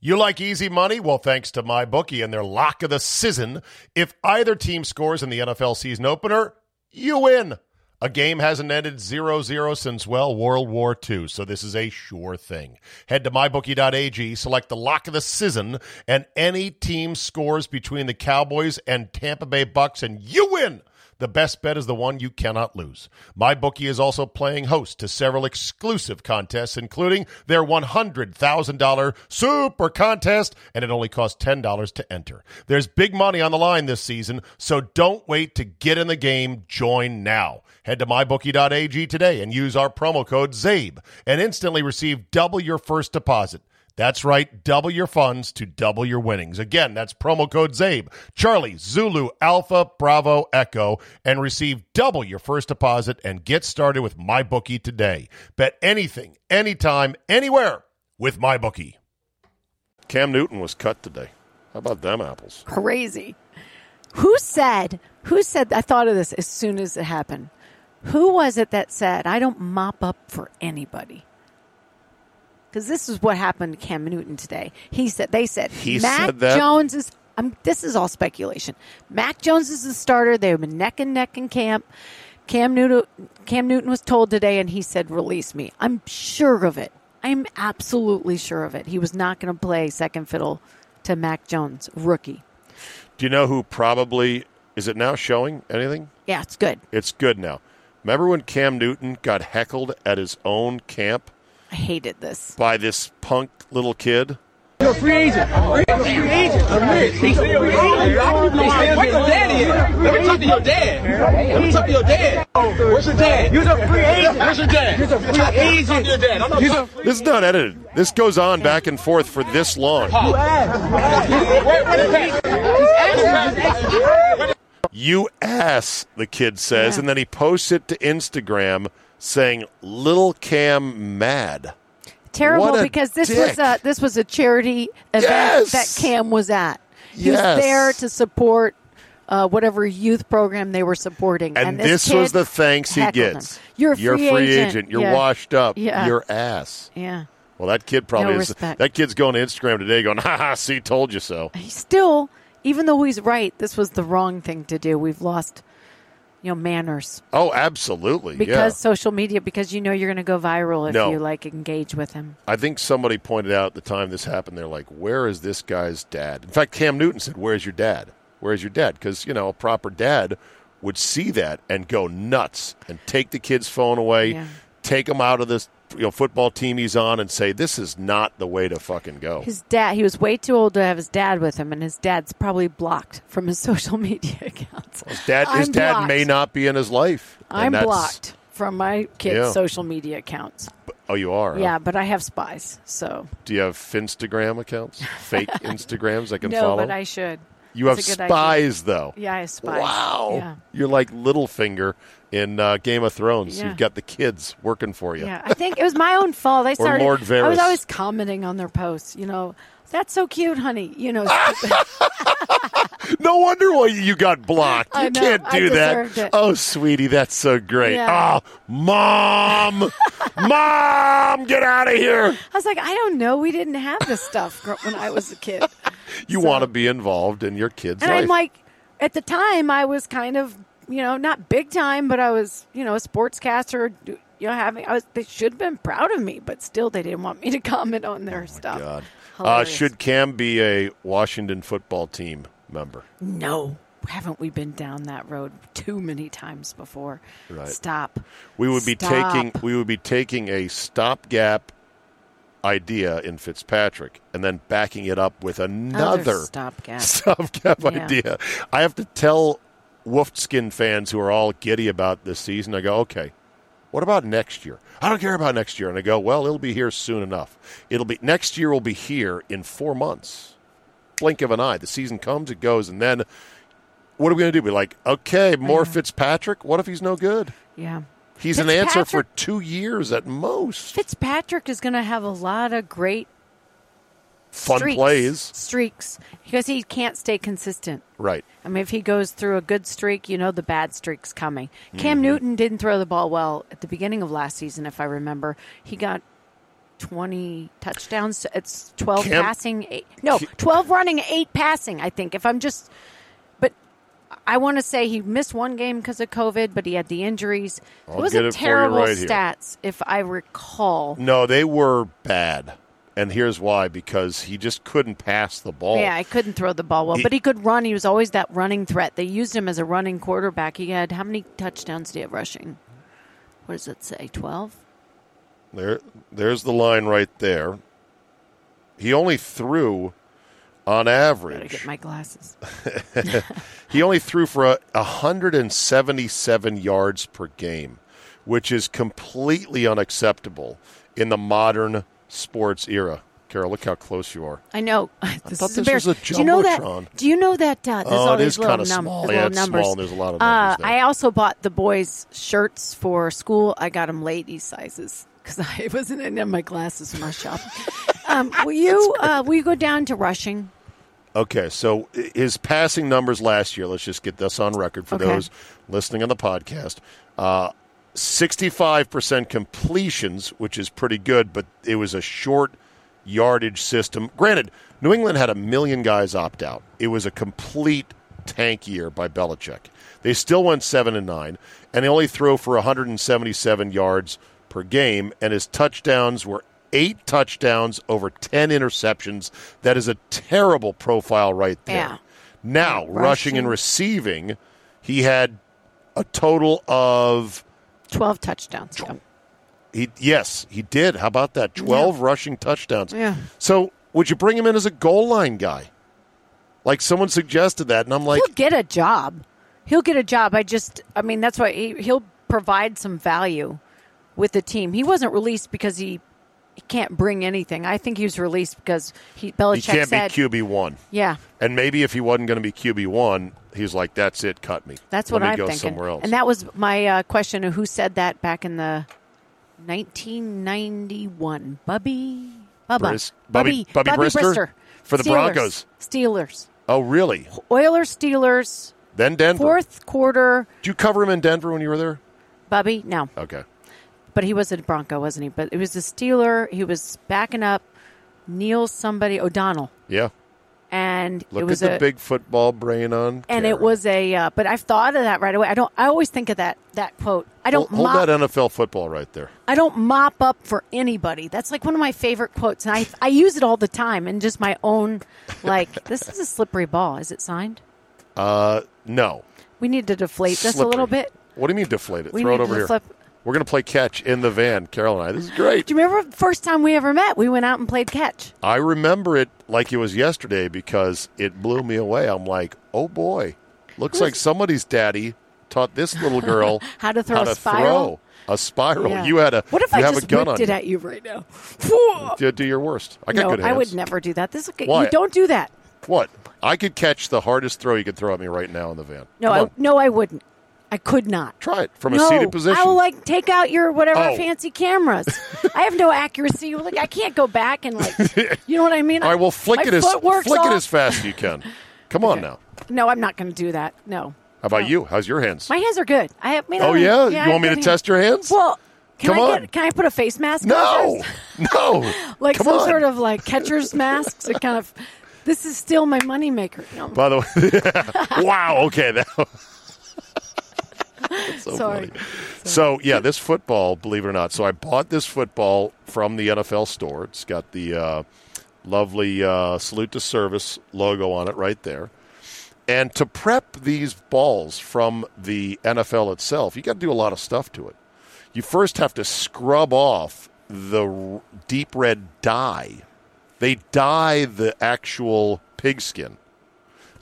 Speaker 1: You like easy money? Well, thanks to my bookie and their lock of the season, if either team scores in the NFL season opener, you win. A game hasn't ended 0-0 since well World War II, so this is a sure thing. Head to mybookie.ag, select the lock of the season, and any team scores between the Cowboys and Tampa Bay Bucks, and you win. The best bet is the one you cannot lose. MyBookie is also playing host to several exclusive contests, including their $100,000 Super Contest, and it only costs $10 to enter. There's big money on the line this season, so don't wait to get in the game. Join now. Head to mybookie.ag today and use our promo code ZABE and instantly receive double your first deposit. That's right, double your funds to double your winnings. Again, that's promo code ZABE, Charlie, Zulu, Alpha, Bravo, Echo, and receive double your first deposit and get started with MyBookie today. Bet anything, anytime, anywhere with MyBookie. Cam Newton was cut today. How about them apples?
Speaker 7: Crazy. Who said? Who said? I thought of this as soon as it happened. Who was it that said, "I don't mop up for anybody"? Because this is what happened to Cam Newton today. He said they said
Speaker 1: He
Speaker 7: Mac
Speaker 1: said that?
Speaker 7: Jones is. I'm, this is all speculation. Mac Jones is the starter. They've been neck and neck in camp. Cam Newton, Cam Newton was told today, and he said, "Release me." I'm sure of it. I'm absolutely sure of it. He was not going to play second fiddle to Mac Jones, rookie.
Speaker 1: Do you know who probably is it now showing anything?
Speaker 7: Yeah, it's good.
Speaker 1: It's good now. Remember when Cam Newton got heckled at his own camp
Speaker 7: I hated this.
Speaker 1: by this punk little kid?
Speaker 6: You're
Speaker 9: You're a free agent. You're a free agent. Admit it. He's a free agent. I don't even know how what your dad is. Let me talk to your dad. Let me talk to your dad. Where's your dad? You're a free agent. Where's your dad? You're a free agent. Talk to your dad. I'm not
Speaker 1: He's a- this is not edited. This goes on back and forth for this long.
Speaker 9: You ass. Where, where the pack?
Speaker 1: You ass, the kid says, and then he posts it to Instagram saying, Little Cam mad. What
Speaker 7: terrible
Speaker 1: a
Speaker 7: because this
Speaker 1: dick.
Speaker 7: was a this was a charity event
Speaker 1: Yes.
Speaker 7: that Cam was at. He
Speaker 1: Yes.
Speaker 7: was there to support uh, whatever youth program they were supporting,
Speaker 1: And, this,
Speaker 7: kid
Speaker 1: was the thanks he
Speaker 7: heckled him.
Speaker 1: gets.
Speaker 7: You're a free,
Speaker 1: agent. You're
Speaker 7: Yeah.
Speaker 1: washed up.
Speaker 7: Yeah.
Speaker 1: You're ass.
Speaker 7: yeah.
Speaker 1: Well, that kid probably
Speaker 7: No
Speaker 1: is.
Speaker 7: respect.
Speaker 1: That kid's going to Instagram today going, ha ha, see, told you so.
Speaker 7: Still, even though he's right, this was the wrong thing to do. We've lost, you know, manners
Speaker 1: Oh, absolutely.
Speaker 7: because
Speaker 1: yeah.
Speaker 7: social media. Because you know you're going to go viral if
Speaker 1: No.
Speaker 7: you like engage with him.
Speaker 1: I think somebody pointed out at the time this happened, they're like, where is this guy's dad? In fact, Cam Newton said, where's your dad? Where's your dad? Because, you know, a proper dad would see that and go nuts and take the kid's phone away,
Speaker 7: Yeah.
Speaker 1: take him out of this you know, football team he's on and say, this is not the way to fucking go.
Speaker 7: His dad, he was way too old to have his dad with him, and his dad's probably blocked from his social media accounts.
Speaker 1: His dad, his
Speaker 7: I'm
Speaker 1: dad
Speaker 7: blocked.
Speaker 1: may not be in his life. and
Speaker 7: I'm
Speaker 1: that's-
Speaker 7: blocked from my kids'
Speaker 1: Yeah.
Speaker 7: social media accounts.
Speaker 1: Oh, you are? huh?
Speaker 7: Yeah, but I have spies, so
Speaker 1: Do you have Finstagram accounts? Fake Instagrams I can
Speaker 7: no,
Speaker 1: follow?
Speaker 7: but I should.
Speaker 1: You
Speaker 7: That's
Speaker 1: have
Speaker 7: a good idea.
Speaker 1: spies, though.
Speaker 7: Yeah, I have spies.
Speaker 1: Wow.
Speaker 7: Yeah.
Speaker 1: You're like Littlefinger in uh, Game of Thrones.
Speaker 7: Yeah.
Speaker 1: You've got the kids working for you.
Speaker 7: Yeah, I think it was my own fault. I started.
Speaker 1: Lord
Speaker 7: I was
Speaker 1: Varys.
Speaker 7: always commenting on their posts. You know, that's so cute, honey. You know, stupid.
Speaker 1: No wonder why you got blocked.
Speaker 7: I
Speaker 1: You
Speaker 7: know,
Speaker 1: can't
Speaker 7: I
Speaker 1: do that.
Speaker 7: deserved it.
Speaker 1: Oh, sweetie, that's so great.
Speaker 7: Yeah.
Speaker 1: Oh, mom. mom, get out of here.
Speaker 7: I was like, I don't know. We didn't have this stuff gr- when I was a kid,
Speaker 1: You want to be involved in your kids'
Speaker 7: and
Speaker 1: life.
Speaker 7: I'm like, at the time, I was kind of, you know, not big time, but I was, you know, a sportscaster. You know, having I was. They should have been proud of me, but still, they didn't want me to comment on their stuff.
Speaker 1: Oh, God. Uh,
Speaker 7: Oh, Hilarious.
Speaker 1: should Cam be a Washington football team member?
Speaker 7: No, haven't we been down that road too many times before?
Speaker 1: Right.
Speaker 7: Stop.
Speaker 1: We would be
Speaker 7: Stop.
Speaker 1: taking we would be taking a stopgap idea in Fitzpatrick and then backing it up with another
Speaker 7: stopgap.
Speaker 1: stopgap
Speaker 7: Yeah.
Speaker 1: idea. I have to tell Wolfskin fans who are all giddy about this season. I go, okay, what about next year? I don't care about next year. And I go, well, it'll be here soon enough. It'll be next year. Will be here in four months. Blink of an eye. The season comes, it goes, and then what are we going to do? Be like, okay, more Fitzpatrick. What if he's no good?
Speaker 7: Yeah.
Speaker 1: He's an answer for
Speaker 7: Fitzpatrick-
Speaker 1: two years at most.
Speaker 7: Fitzpatrick is going to have a lot of great
Speaker 1: Fun
Speaker 7: streaks,
Speaker 1: plays.
Speaker 7: streaks because he can't stay consistent.
Speaker 1: Right.
Speaker 7: I mean, if he goes through a good streak, you know the bad streak's coming. Cam
Speaker 1: Mhm.
Speaker 7: Newton didn't throw the ball well at the beginning of last season, if I remember. He got 20 touchdowns. It's 12
Speaker 10: Cam-
Speaker 7: passing, eight, no, 12 running, eight passing, I think. If I'm just, but I want to say he missed one game because of COVID, but he had the injuries.
Speaker 1: I'll
Speaker 7: it
Speaker 1: get
Speaker 7: wasn't
Speaker 1: it for you
Speaker 7: terrible
Speaker 1: right here.
Speaker 7: stats, if I recall.
Speaker 1: No, they were bad. And here's why because he just couldn't pass the ball.
Speaker 7: Yeah, I couldn't throw the ball well,
Speaker 1: He-
Speaker 7: but he could run. He was always that running threat. They used him as a running quarterback. He had how many touchdowns did he have rushing? What does it say? Twelve.
Speaker 1: There, there's the line right there. He only threw, on
Speaker 7: Gotta
Speaker 1: average,
Speaker 7: get my glasses.
Speaker 1: he only threw for a, 177 yards per game, which is completely unacceptable in the modern sports era. Carol, look how close you are.
Speaker 7: I know. This
Speaker 1: thought
Speaker 7: is
Speaker 1: this was a
Speaker 7: embarrassing. Do you know
Speaker 1: Jumbotron.
Speaker 7: that? Do you know that? Uh, there's
Speaker 1: Oh,
Speaker 7: all
Speaker 1: it
Speaker 7: these
Speaker 1: is
Speaker 7: little
Speaker 1: kinda
Speaker 7: num-
Speaker 1: small.
Speaker 7: little
Speaker 1: Yeah, it's
Speaker 7: numbers.
Speaker 1: small. There's a lot of
Speaker 7: Uh,
Speaker 1: numbers there.
Speaker 7: I also bought the boys' shirts for school. I got them lady sizes because I wasn't in my glasses in my shop. um, will you? Uh, will you go down to rushing?
Speaker 1: Okay, so i- his passing numbers last year, let's just get this on record for
Speaker 7: Okay.
Speaker 1: those listening on the podcast. Uh, 65% completions, which is pretty good, but it was a short yardage system. Granted, New England had a million guys opt out. It was a complete tank year by Belichick. They still went 7 and 9, and they only threw for 177 yards per game, and his touchdowns were eight touchdowns over 10 interceptions. That is a terrible profile right there.
Speaker 7: Yeah.
Speaker 1: Now, rushing. and receiving, he had a total of
Speaker 7: Twelve touchdowns. yeah.
Speaker 1: he yes, he did. How about that? 12 rushing touchdowns.
Speaker 7: Yeah.
Speaker 1: So Would you bring him in as a goal line guy? Like someone suggested that, and I'm like,
Speaker 7: he'll get a job. He'll get a job. I just, I mean, that's why he, he'll provide some value with the team. He wasn't released because he, he can't bring anything. I think he was released because he Belichick
Speaker 1: he can't
Speaker 7: said,
Speaker 1: be QB one.
Speaker 7: Yeah.
Speaker 1: And maybe if he wasn't going to be QB one, he's like, "That's it, cut me.
Speaker 7: That's
Speaker 1: Let
Speaker 7: what
Speaker 1: me
Speaker 7: I'm
Speaker 1: go
Speaker 7: thinking.
Speaker 1: somewhere else."
Speaker 7: And that was my uh, question of who said that back in the 1991. Bubby, Bubba,
Speaker 1: Bris- Bubby- Bubby Brister? For the
Speaker 7: Steelers.
Speaker 1: Broncos.
Speaker 7: Steelers,
Speaker 1: oh, really?
Speaker 7: Oilers, Steelers.
Speaker 1: Then Denver.
Speaker 7: Fourth quarter,
Speaker 1: Did you cover him in Denver when you were there?
Speaker 7: Bubby. No,
Speaker 1: Okay.
Speaker 7: but he was a Bronco, wasn't he? But it was the Steeler. He was backing up Neil somebody O'Donnell,
Speaker 1: Yeah.
Speaker 7: and it
Speaker 1: Look at
Speaker 7: was
Speaker 1: the
Speaker 7: a
Speaker 1: big football brain on.
Speaker 7: And it was a, uh, but I've thought of that right away. I don't. I always think of that that quote. I don't.
Speaker 1: hold,
Speaker 7: mop-
Speaker 1: hold that NFL football right there.
Speaker 7: I don't mop up for anybody. That's like one of my favorite quotes, and I, I use it all the time in just my own, like, this is a slippery ball. Is it signed?
Speaker 1: Uh, no.
Speaker 7: We need to deflate this a
Speaker 1: Slippery.
Speaker 7: little bit.
Speaker 1: What do you mean deflate it?
Speaker 7: We
Speaker 1: Throw it
Speaker 7: need
Speaker 1: over
Speaker 7: to
Speaker 1: here.
Speaker 7: flip-
Speaker 1: We're gonna play catch in the van, Carol and I. This is great.
Speaker 7: Do you remember the first time we ever met? We went out and played catch.
Speaker 1: I remember it like it was yesterday because it blew me away. I'm like, oh boy, looks
Speaker 7: Who's-
Speaker 1: like somebody's daddy taught this little girl
Speaker 7: How to throw
Speaker 1: how
Speaker 7: a
Speaker 1: to
Speaker 7: spiral?
Speaker 1: throw a spiral.
Speaker 7: Yeah.
Speaker 1: You had a
Speaker 7: What if
Speaker 1: you
Speaker 7: I
Speaker 1: have
Speaker 7: just
Speaker 1: a gun
Speaker 7: whipped
Speaker 1: on
Speaker 7: it
Speaker 1: you.
Speaker 7: at you right now?
Speaker 1: Do, do your worst. I got
Speaker 7: no,
Speaker 1: good hands.
Speaker 7: I would never do that. This is okay.
Speaker 1: Why?
Speaker 7: You don't do that.
Speaker 1: What? I could catch the hardest throw you could throw at me right now in the van.
Speaker 7: No,
Speaker 1: Come
Speaker 7: I,
Speaker 1: on,
Speaker 7: no, I wouldn't. I could not.
Speaker 1: try it from
Speaker 7: No,
Speaker 1: a seated position.
Speaker 7: I will like take out your whatever
Speaker 1: Oh.
Speaker 7: fancy cameras. I have no accuracy. Like I can't go back and like, you know what I mean?
Speaker 1: I will flick
Speaker 7: My
Speaker 1: it as
Speaker 7: foot works
Speaker 1: flick it
Speaker 7: off.
Speaker 1: as fast as you can. Come on now.
Speaker 7: No, I'm not going to do that. No,
Speaker 1: How about you? How's your hands?
Speaker 7: my hands are good. I have. I mean, I
Speaker 1: Oh,
Speaker 7: don't-
Speaker 1: yeah?
Speaker 7: I
Speaker 1: You want me
Speaker 7: have
Speaker 1: to
Speaker 7: good
Speaker 1: test your hands?
Speaker 7: Well, can
Speaker 1: Come
Speaker 7: I
Speaker 1: on.
Speaker 7: Get, can I put a face mask? on
Speaker 1: no,
Speaker 7: first?
Speaker 1: no.
Speaker 7: like
Speaker 1: Come
Speaker 7: some
Speaker 1: on.
Speaker 7: sort of like catcher's masks. It kind of. This is still my moneymaker. No,
Speaker 1: By the way, wow. Okay, that That's so
Speaker 7: Sorry.
Speaker 1: funny. So yeah, this football, believe it or not. So I bought this football from the NFL store. It's got the uh, lovely uh, salute to service logo on it right there. And to prep these balls from the NFL itself, you got to do a lot of stuff to it. You first have to scrub off the r- deep red dye. They dye the actual pigskin.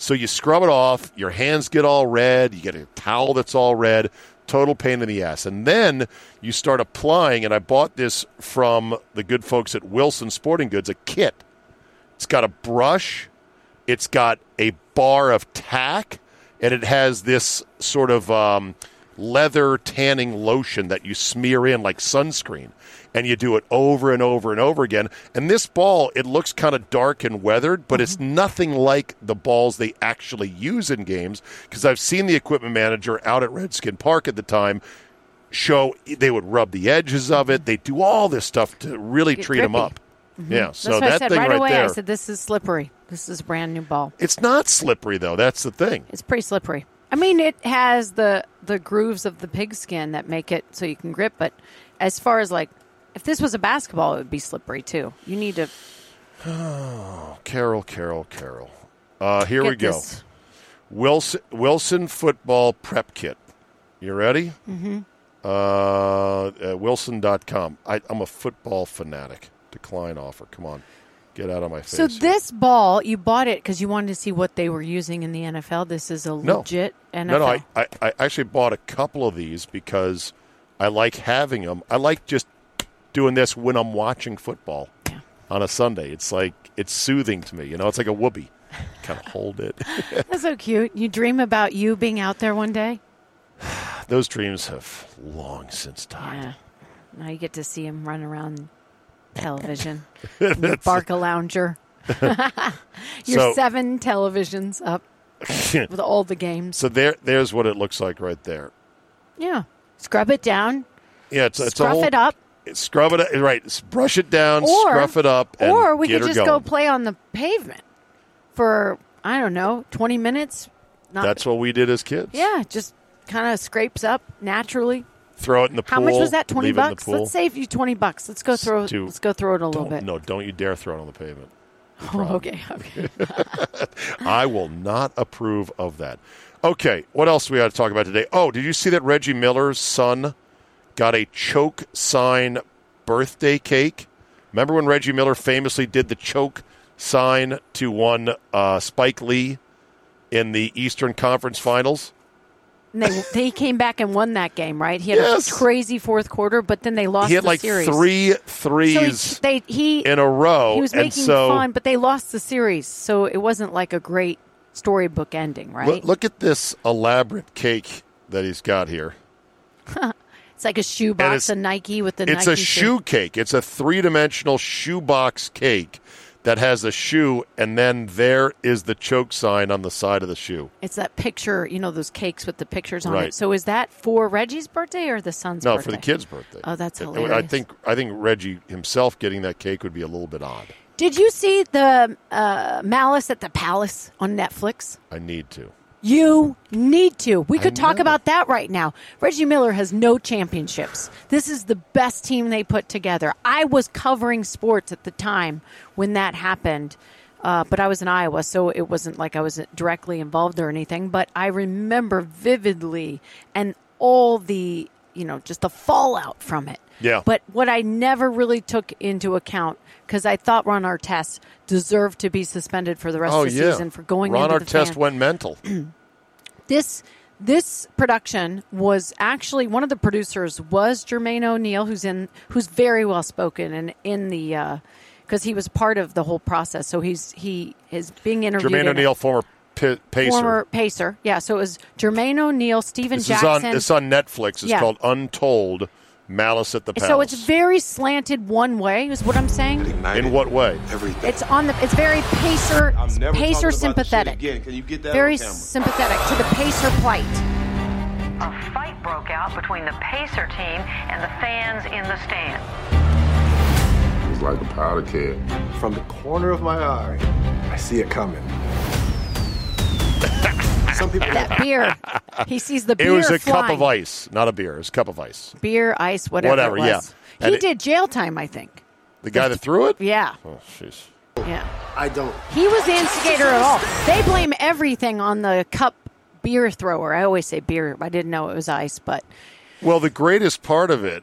Speaker 1: So you scrub it off, your hands get all red, you get a towel that's all red, total pain in the ass. And then you start applying, and I bought this from the good folks at Wilson Sporting Goods, a kit. It's got a brush, it's got a bar of tack, and it has this sort of um, leather tanning lotion that you smear in like sunscreen. And you do it over and over and over again. And this ball, it looks kind of dark and weathered, but it's
Speaker 7: Mm-hmm.
Speaker 1: nothing like the balls they actually use in games. Because I've seen the equipment manager out at Redskin Park at the time show they would rub the edges of it. They do all this stuff to really
Speaker 7: Mm-hmm. Get
Speaker 1: treat them
Speaker 7: grippy.
Speaker 1: up. Yeah, so
Speaker 7: That's what
Speaker 1: that
Speaker 7: I said
Speaker 1: thing
Speaker 7: right,
Speaker 1: right
Speaker 7: away.
Speaker 1: there.
Speaker 7: I said this is slippery. This is a brand new ball.
Speaker 1: It's not slippery though. That's the thing.
Speaker 7: It's pretty slippery. I mean, it has the the grooves of the pigskin that make it so you can grip. But as far as like, if this was a basketball, it would be slippery too. You need to.
Speaker 1: Oh, Carol, Carol, Carol. Uh, here we
Speaker 7: Get
Speaker 1: go.
Speaker 7: this.
Speaker 1: Wilson Wilson football prep kit. You ready?
Speaker 7: Mhm.
Speaker 1: Uh, at wilson.com. I, I'm a football fanatic. Decline offer. Come on. Get out of my face.
Speaker 7: So this ball, you bought it because you wanted to see what they were using in the NFL. This is a
Speaker 1: No.
Speaker 7: legit NFL.
Speaker 1: No, no, I, I, I actually bought a couple of these because I like having them. I like just doing this when I'm watching football on a Sunday. It's like, it's soothing to me. You know, it's like a whoopee. kind of hold it.
Speaker 7: That's so cute. You dream about you being out there one day.
Speaker 1: Those dreams have long since died.
Speaker 7: Yeah. Now you get to see him run around television.
Speaker 1: That's-
Speaker 7: Bark a lounger. Your
Speaker 1: So-
Speaker 7: seven televisions up with all the games.
Speaker 1: So there, there's what it looks like right there.
Speaker 7: Yeah. Scrub it down.
Speaker 1: Yeah, it's, it's a
Speaker 7: Scruff
Speaker 1: whole,
Speaker 7: it up.
Speaker 1: Scrub it up. Right, s- brush it down, scruff it up, and
Speaker 7: or we
Speaker 1: get
Speaker 7: could
Speaker 1: her
Speaker 7: just go
Speaker 1: going.
Speaker 7: play on the pavement for I don't know twenty minutes. Not,
Speaker 1: That's what we did as kids.
Speaker 7: yeah, just kind of scrapes up naturally.
Speaker 1: Throw it in the
Speaker 7: How
Speaker 1: pool.
Speaker 7: much was that? Twenty
Speaker 1: leave it in the
Speaker 7: bucks.
Speaker 1: pool.
Speaker 7: Let's save you twenty bucks. Let's go throw.
Speaker 1: Stu,
Speaker 7: let's go throw it a little
Speaker 1: don't-
Speaker 7: bit.
Speaker 1: No, don't you dare throw it on the pavement.
Speaker 7: Oh, okay, okay.
Speaker 1: I will not approve of that. Okay, what else we got to talk about today? Oh, did you see that Reggie Miller's son got a choke sign birthday cake? Remember when Reggie Miller famously did the choke sign to one uh, Spike Lee in the Eastern Conference Finals.
Speaker 7: And they, they came back and won that game, right? He had
Speaker 1: Yes.
Speaker 7: a crazy fourth quarter, but then they lost
Speaker 1: he had
Speaker 7: the
Speaker 1: like
Speaker 7: series.
Speaker 1: three threes
Speaker 7: So he, they, he,
Speaker 1: in a row,
Speaker 7: he was
Speaker 1: and
Speaker 7: making
Speaker 1: so
Speaker 7: fun, but they lost the series, so it wasn't like a great storybook ending, right?
Speaker 1: look, look at this elaborate cake that he's got here.
Speaker 7: it's like a
Speaker 1: And
Speaker 7: shoebox,
Speaker 1: it's-
Speaker 7: a Nike with the
Speaker 1: it's
Speaker 7: Nike
Speaker 1: a shoe cake. It's a three-dimensional shoebox cake that has a shoe, and then there is the choke sign on the side of the shoe.
Speaker 7: It's that picture, you know, those cakes with the pictures on
Speaker 1: Right.
Speaker 7: it. So is that for Reggie's birthday or the son's
Speaker 1: no,
Speaker 7: birthday?
Speaker 1: for the kid's birthday.
Speaker 7: Oh, that's
Speaker 1: It- it- I
Speaker 7: hilarious.
Speaker 1: think I think Reggie himself getting that cake would be a little bit odd.
Speaker 7: Did you see the uh, Malice at the Palace on Netflix?
Speaker 1: I need to.
Speaker 7: You need to. We
Speaker 1: I
Speaker 7: could talk
Speaker 1: know.
Speaker 7: about that right now. Reggie Miller has no championships. This is the best team they put together. I was covering sports at the time when that happened, uh, but I was in Iowa, so it wasn't like I was directly involved or anything. But I remember vividly and all the, you know, just the fallout from it.
Speaker 9: Yeah.
Speaker 7: But what I never really took into account because I thought Ron Artest deserved to be suspended for the rest
Speaker 1: oh
Speaker 7: of the
Speaker 1: yeah,
Speaker 7: season for going
Speaker 1: Ron
Speaker 7: into the
Speaker 1: Artest
Speaker 7: fan
Speaker 1: went mental.
Speaker 7: this this production was actually one of the producers was Jermaine O'Neal, who's in who's very well spoken and in the because he was part of the whole process. So he's he is being interviewed.
Speaker 1: Jermaine
Speaker 7: in it.
Speaker 1: O'Neal, former p- pacer.
Speaker 7: former pacer, yeah. So it was Jermaine O'Neal, Steven
Speaker 1: this is
Speaker 7: Jackson.
Speaker 1: on. It's on Netflix. It's
Speaker 7: Yeah.
Speaker 1: called Untold: Malice at the Palace.
Speaker 7: so it's very slanted one way, is what I'm saying.
Speaker 1: in what way? Everything.
Speaker 7: It's on the. It's very pacer,
Speaker 1: never
Speaker 7: pacer
Speaker 1: talking about this
Speaker 7: sympathetic.
Speaker 2: Again, can you get that
Speaker 7: very
Speaker 2: on camera?
Speaker 7: sympathetic to the pacer plight.
Speaker 10: fight broke out between the Pacer team and the fans in the stand.
Speaker 11: It's like a powder keg. From the corner of my eye, I see it coming. Some people
Speaker 7: That beer. He sees the
Speaker 1: It
Speaker 7: beer
Speaker 1: was a cup
Speaker 7: flying.
Speaker 1: of ice, not a beer. It was a cup of ice.
Speaker 7: beer, ice, whatever.
Speaker 1: Whatever,
Speaker 7: it was.
Speaker 1: yeah.
Speaker 7: He
Speaker 1: And it-
Speaker 7: did jail time, I think.
Speaker 1: The guy that threw it.
Speaker 7: Yeah,
Speaker 1: Oh, jeez.
Speaker 7: yeah.
Speaker 11: I don't.
Speaker 7: He was the instigator at all. They blame everything on the cup beer thrower. I always say beer. I didn't know it was ice, but
Speaker 1: Well, the greatest part of it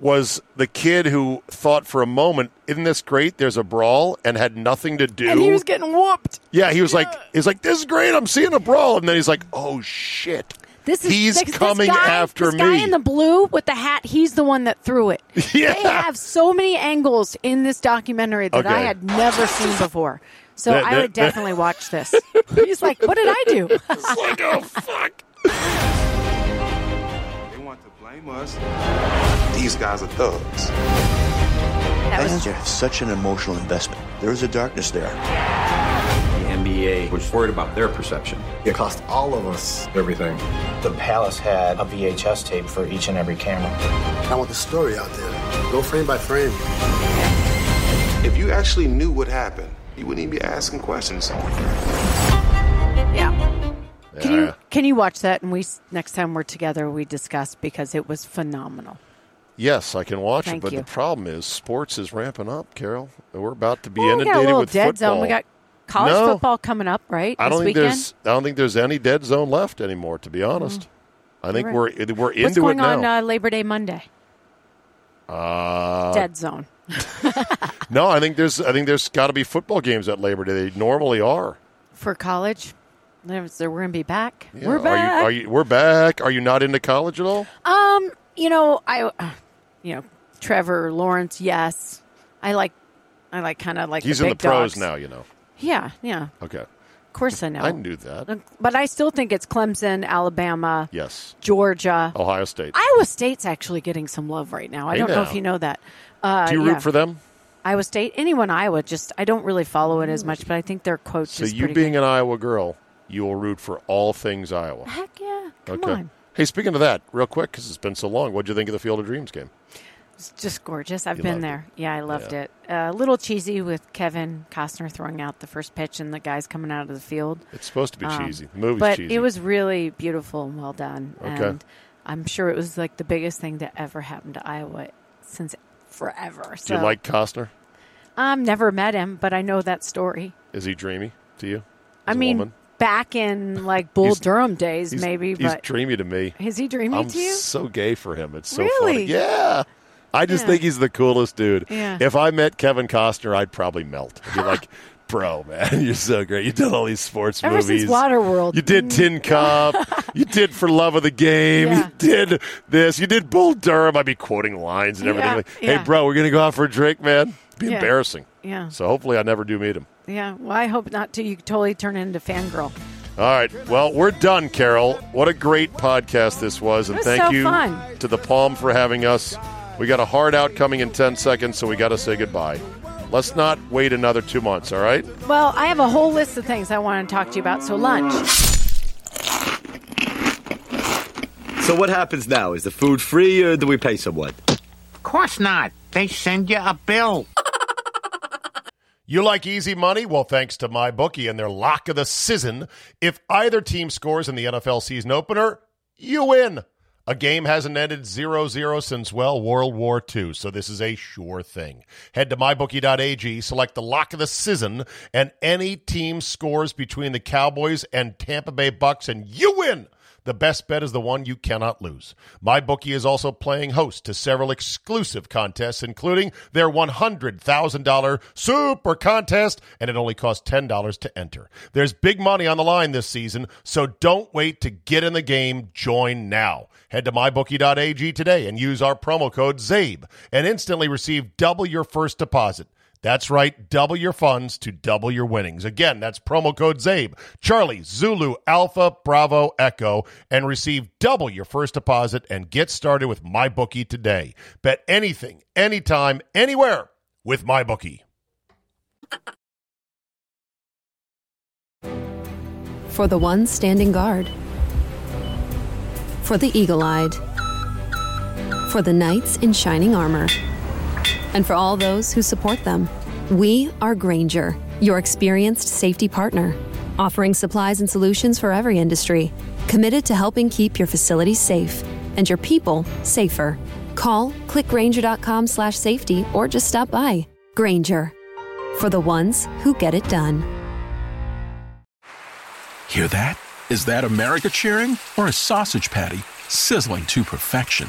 Speaker 1: was the kid who thought for a moment, "Isn't this great? There's a brawl," and had nothing to do.
Speaker 7: and he was getting whooped.
Speaker 1: yeah, he was like, "He's like, this is great. I'm seeing a brawl," and then he's like, "Oh shit."
Speaker 7: This is
Speaker 1: He's
Speaker 7: this- this
Speaker 1: coming
Speaker 7: guy-
Speaker 1: after
Speaker 7: this Guy
Speaker 1: me.
Speaker 7: in the blue with the hat. He's the one that threw it.
Speaker 1: Yeah.
Speaker 7: They have so many angles in this documentary that I
Speaker 1: Okay.
Speaker 7: had never seen before. So
Speaker 1: That-
Speaker 7: I
Speaker 1: that-
Speaker 7: would definitely watch this. He's like, "What did I do?"
Speaker 1: It's like, oh fuck.
Speaker 11: They want to blame us. These guys are thugs.
Speaker 12: Fans have such an emotional investment. There is a darkness there.
Speaker 13: The NBA was worried about their perception.
Speaker 12: It cost all of us everything.
Speaker 13: The Palace had a VHS tape for each and every camera.
Speaker 12: I want the story out there. Go frame by frame.
Speaker 11: If you actually knew what happened, you wouldn't even be asking questions.
Speaker 7: Yeah. Can
Speaker 1: Uh,
Speaker 11: Yeah.
Speaker 7: you can you watch that? And we s- next time we're together, we discuss because it was phenomenal.
Speaker 1: Yes, I can watch it,
Speaker 7: Thank
Speaker 1: but
Speaker 7: you.
Speaker 1: the problem is sports is ramping up, Carol. We're about to be
Speaker 7: Well, we got a
Speaker 1: inundated
Speaker 7: little
Speaker 1: with
Speaker 7: dead
Speaker 1: football.
Speaker 7: zone. We got college
Speaker 1: No.
Speaker 7: football coming up, right?
Speaker 1: I don't
Speaker 7: this
Speaker 1: think
Speaker 7: weekend.
Speaker 1: there's I don't think there's any dead zone left anymore. To be honest, I think
Speaker 7: Mm-hmm. You're right.
Speaker 1: we're we're
Speaker 7: What's
Speaker 1: into
Speaker 7: going
Speaker 1: it
Speaker 7: on
Speaker 1: now.
Speaker 7: uh, Labor Day Monday?
Speaker 1: Uh,
Speaker 7: dead zone.
Speaker 1: No, I think there's I think there's got to be football games at Labor Day. They normally are.
Speaker 7: for college. There's- We're going to be back.
Speaker 1: Yeah.
Speaker 7: We're back.
Speaker 1: Are you, are you, we're back. Are you not into college at all?
Speaker 7: um, you know, I, uh, you know, Trevor Lawrence. Yes, I like. I like kind of like.
Speaker 1: He's
Speaker 7: the
Speaker 1: in the
Speaker 7: big
Speaker 1: pros
Speaker 7: dogs.
Speaker 1: now. You know.
Speaker 7: Yeah, yeah.
Speaker 1: Okay.
Speaker 7: Of course, I know.
Speaker 1: I knew that.
Speaker 7: But I still think it's Clemson, Alabama,
Speaker 1: Yes.
Speaker 7: Georgia,
Speaker 1: Ohio State.
Speaker 7: Iowa State's actually getting some love right now. I
Speaker 1: Hey
Speaker 7: don't know
Speaker 1: now.
Speaker 7: if you know that. Uh,
Speaker 1: Do you root
Speaker 7: yeah.
Speaker 1: for them?
Speaker 7: Iowa State? Anyone Iowa? Just I don't really follow it as much, but I think their coach
Speaker 1: So
Speaker 7: is
Speaker 1: you
Speaker 7: pretty
Speaker 1: being an Iowa girl, you will root for all things Iowa.
Speaker 7: Heck yeah! Come
Speaker 1: okay.
Speaker 7: on,
Speaker 1: Hey, speaking of that, real quick, because it's been so long, what'd you think of the Field of Dreams game?
Speaker 7: it's just gorgeous. I've
Speaker 1: You
Speaker 7: been
Speaker 1: loved
Speaker 7: there. Yeah, I loved it. Uh, a little cheesy with Kevin Costner throwing out the first pitch and the guys coming out of the field.
Speaker 1: It's supposed to be
Speaker 7: Um,
Speaker 1: cheesy. The movie's
Speaker 7: but
Speaker 1: cheesy.
Speaker 7: it was really beautiful and well done.
Speaker 1: Okay.
Speaker 7: And I'm sure it was like the biggest thing that ever happened to Iowa since forever.
Speaker 1: Do
Speaker 7: So
Speaker 1: you like Costner?
Speaker 7: I've never met him, but I know that story.
Speaker 1: Is he dreamy to you?
Speaker 7: I
Speaker 1: As a
Speaker 7: mean,
Speaker 1: woman?
Speaker 7: back in like Bull
Speaker 1: He's-
Speaker 7: Durham days,
Speaker 1: He's-
Speaker 7: maybe.
Speaker 1: he's
Speaker 7: but
Speaker 1: dreamy to me.
Speaker 7: Is he dreamy
Speaker 1: I'm
Speaker 7: to you?
Speaker 1: So gay for him. It's so
Speaker 7: Really?
Speaker 1: funny. Yeah. I just
Speaker 7: Yeah.
Speaker 1: think he's the coolest dude.
Speaker 7: Yeah.
Speaker 1: If I met Kevin Costner, I'd probably melt. I'd be like, bro, man, you're so great. You did all these sports
Speaker 7: Ever
Speaker 1: movies.
Speaker 7: since Waterworld.
Speaker 1: You did Tin Cup. you did For Love of the Game.
Speaker 7: Yeah.
Speaker 1: You did this. You did Bull Durham. I'd be quoting lines and everything.
Speaker 7: Yeah,
Speaker 1: Like,
Speaker 7: yeah.
Speaker 1: Hey, bro, we're going to go out for a drink, man. It'd be
Speaker 7: Yeah.
Speaker 1: embarrassing.
Speaker 7: Yeah.
Speaker 1: So hopefully I never do meet him.
Speaker 7: Yeah. Well, I hope not to. You totally turn into fangirl.
Speaker 1: All right. Well, we're done, Carol. What a great podcast this was. And
Speaker 7: It was
Speaker 1: thank
Speaker 7: so
Speaker 1: you
Speaker 7: fun.
Speaker 1: to the Palm for having us. We got a hard out coming in 10 seconds, so we got to say goodbye. Let's not wait another two months, all right?
Speaker 7: Well, I have a whole list of things I want to talk to you about. So lunch.
Speaker 14: So what happens now? Is the food free or do we pay someone?
Speaker 15: Of course not. They send you a bill.
Speaker 1: You like easy money? Well, thanks to my bookie and their lock of the season. If either team scores in the NFL season opener, you win. A game hasn't ended 0 0 since, well, World War II, so this is a sure thing. Head to mybookie.ag, select the lock of the season, and any team scores between the Cowboys and Tampa Bay Bucks, and you win. The best bet is the one you cannot lose. MyBookie is also playing host to several exclusive contests, including their $100,000 Super Contest, and it only costs $10 to enter. There's big money on the line this season, so don't wait to get in the game. Join now. Head to mybookie.ag today and use our promo code ZABE and instantly receive double your first deposit. That's right, double your funds to double your winnings. Again, that's promo code ZABE, Charlie, Zulu, Alpha, Bravo, Echo, and receive double your first deposit and get started with MyBookie today. Bet anything, anytime, anywhere with MyBookie.
Speaker 16: for the one standing guard, for the eagle eyed, for the knights in shining armor, and for all those who support them. We are Granger, your experienced safety partner, offering supplies and solutions for every industry, committed to helping keep your facilities safe and your people safer. Call clickgranger.com slash safety or just stop by. Granger, for the ones who get it done.
Speaker 17: Hear that? Is that America cheering or a sausage patty sizzling to perfection?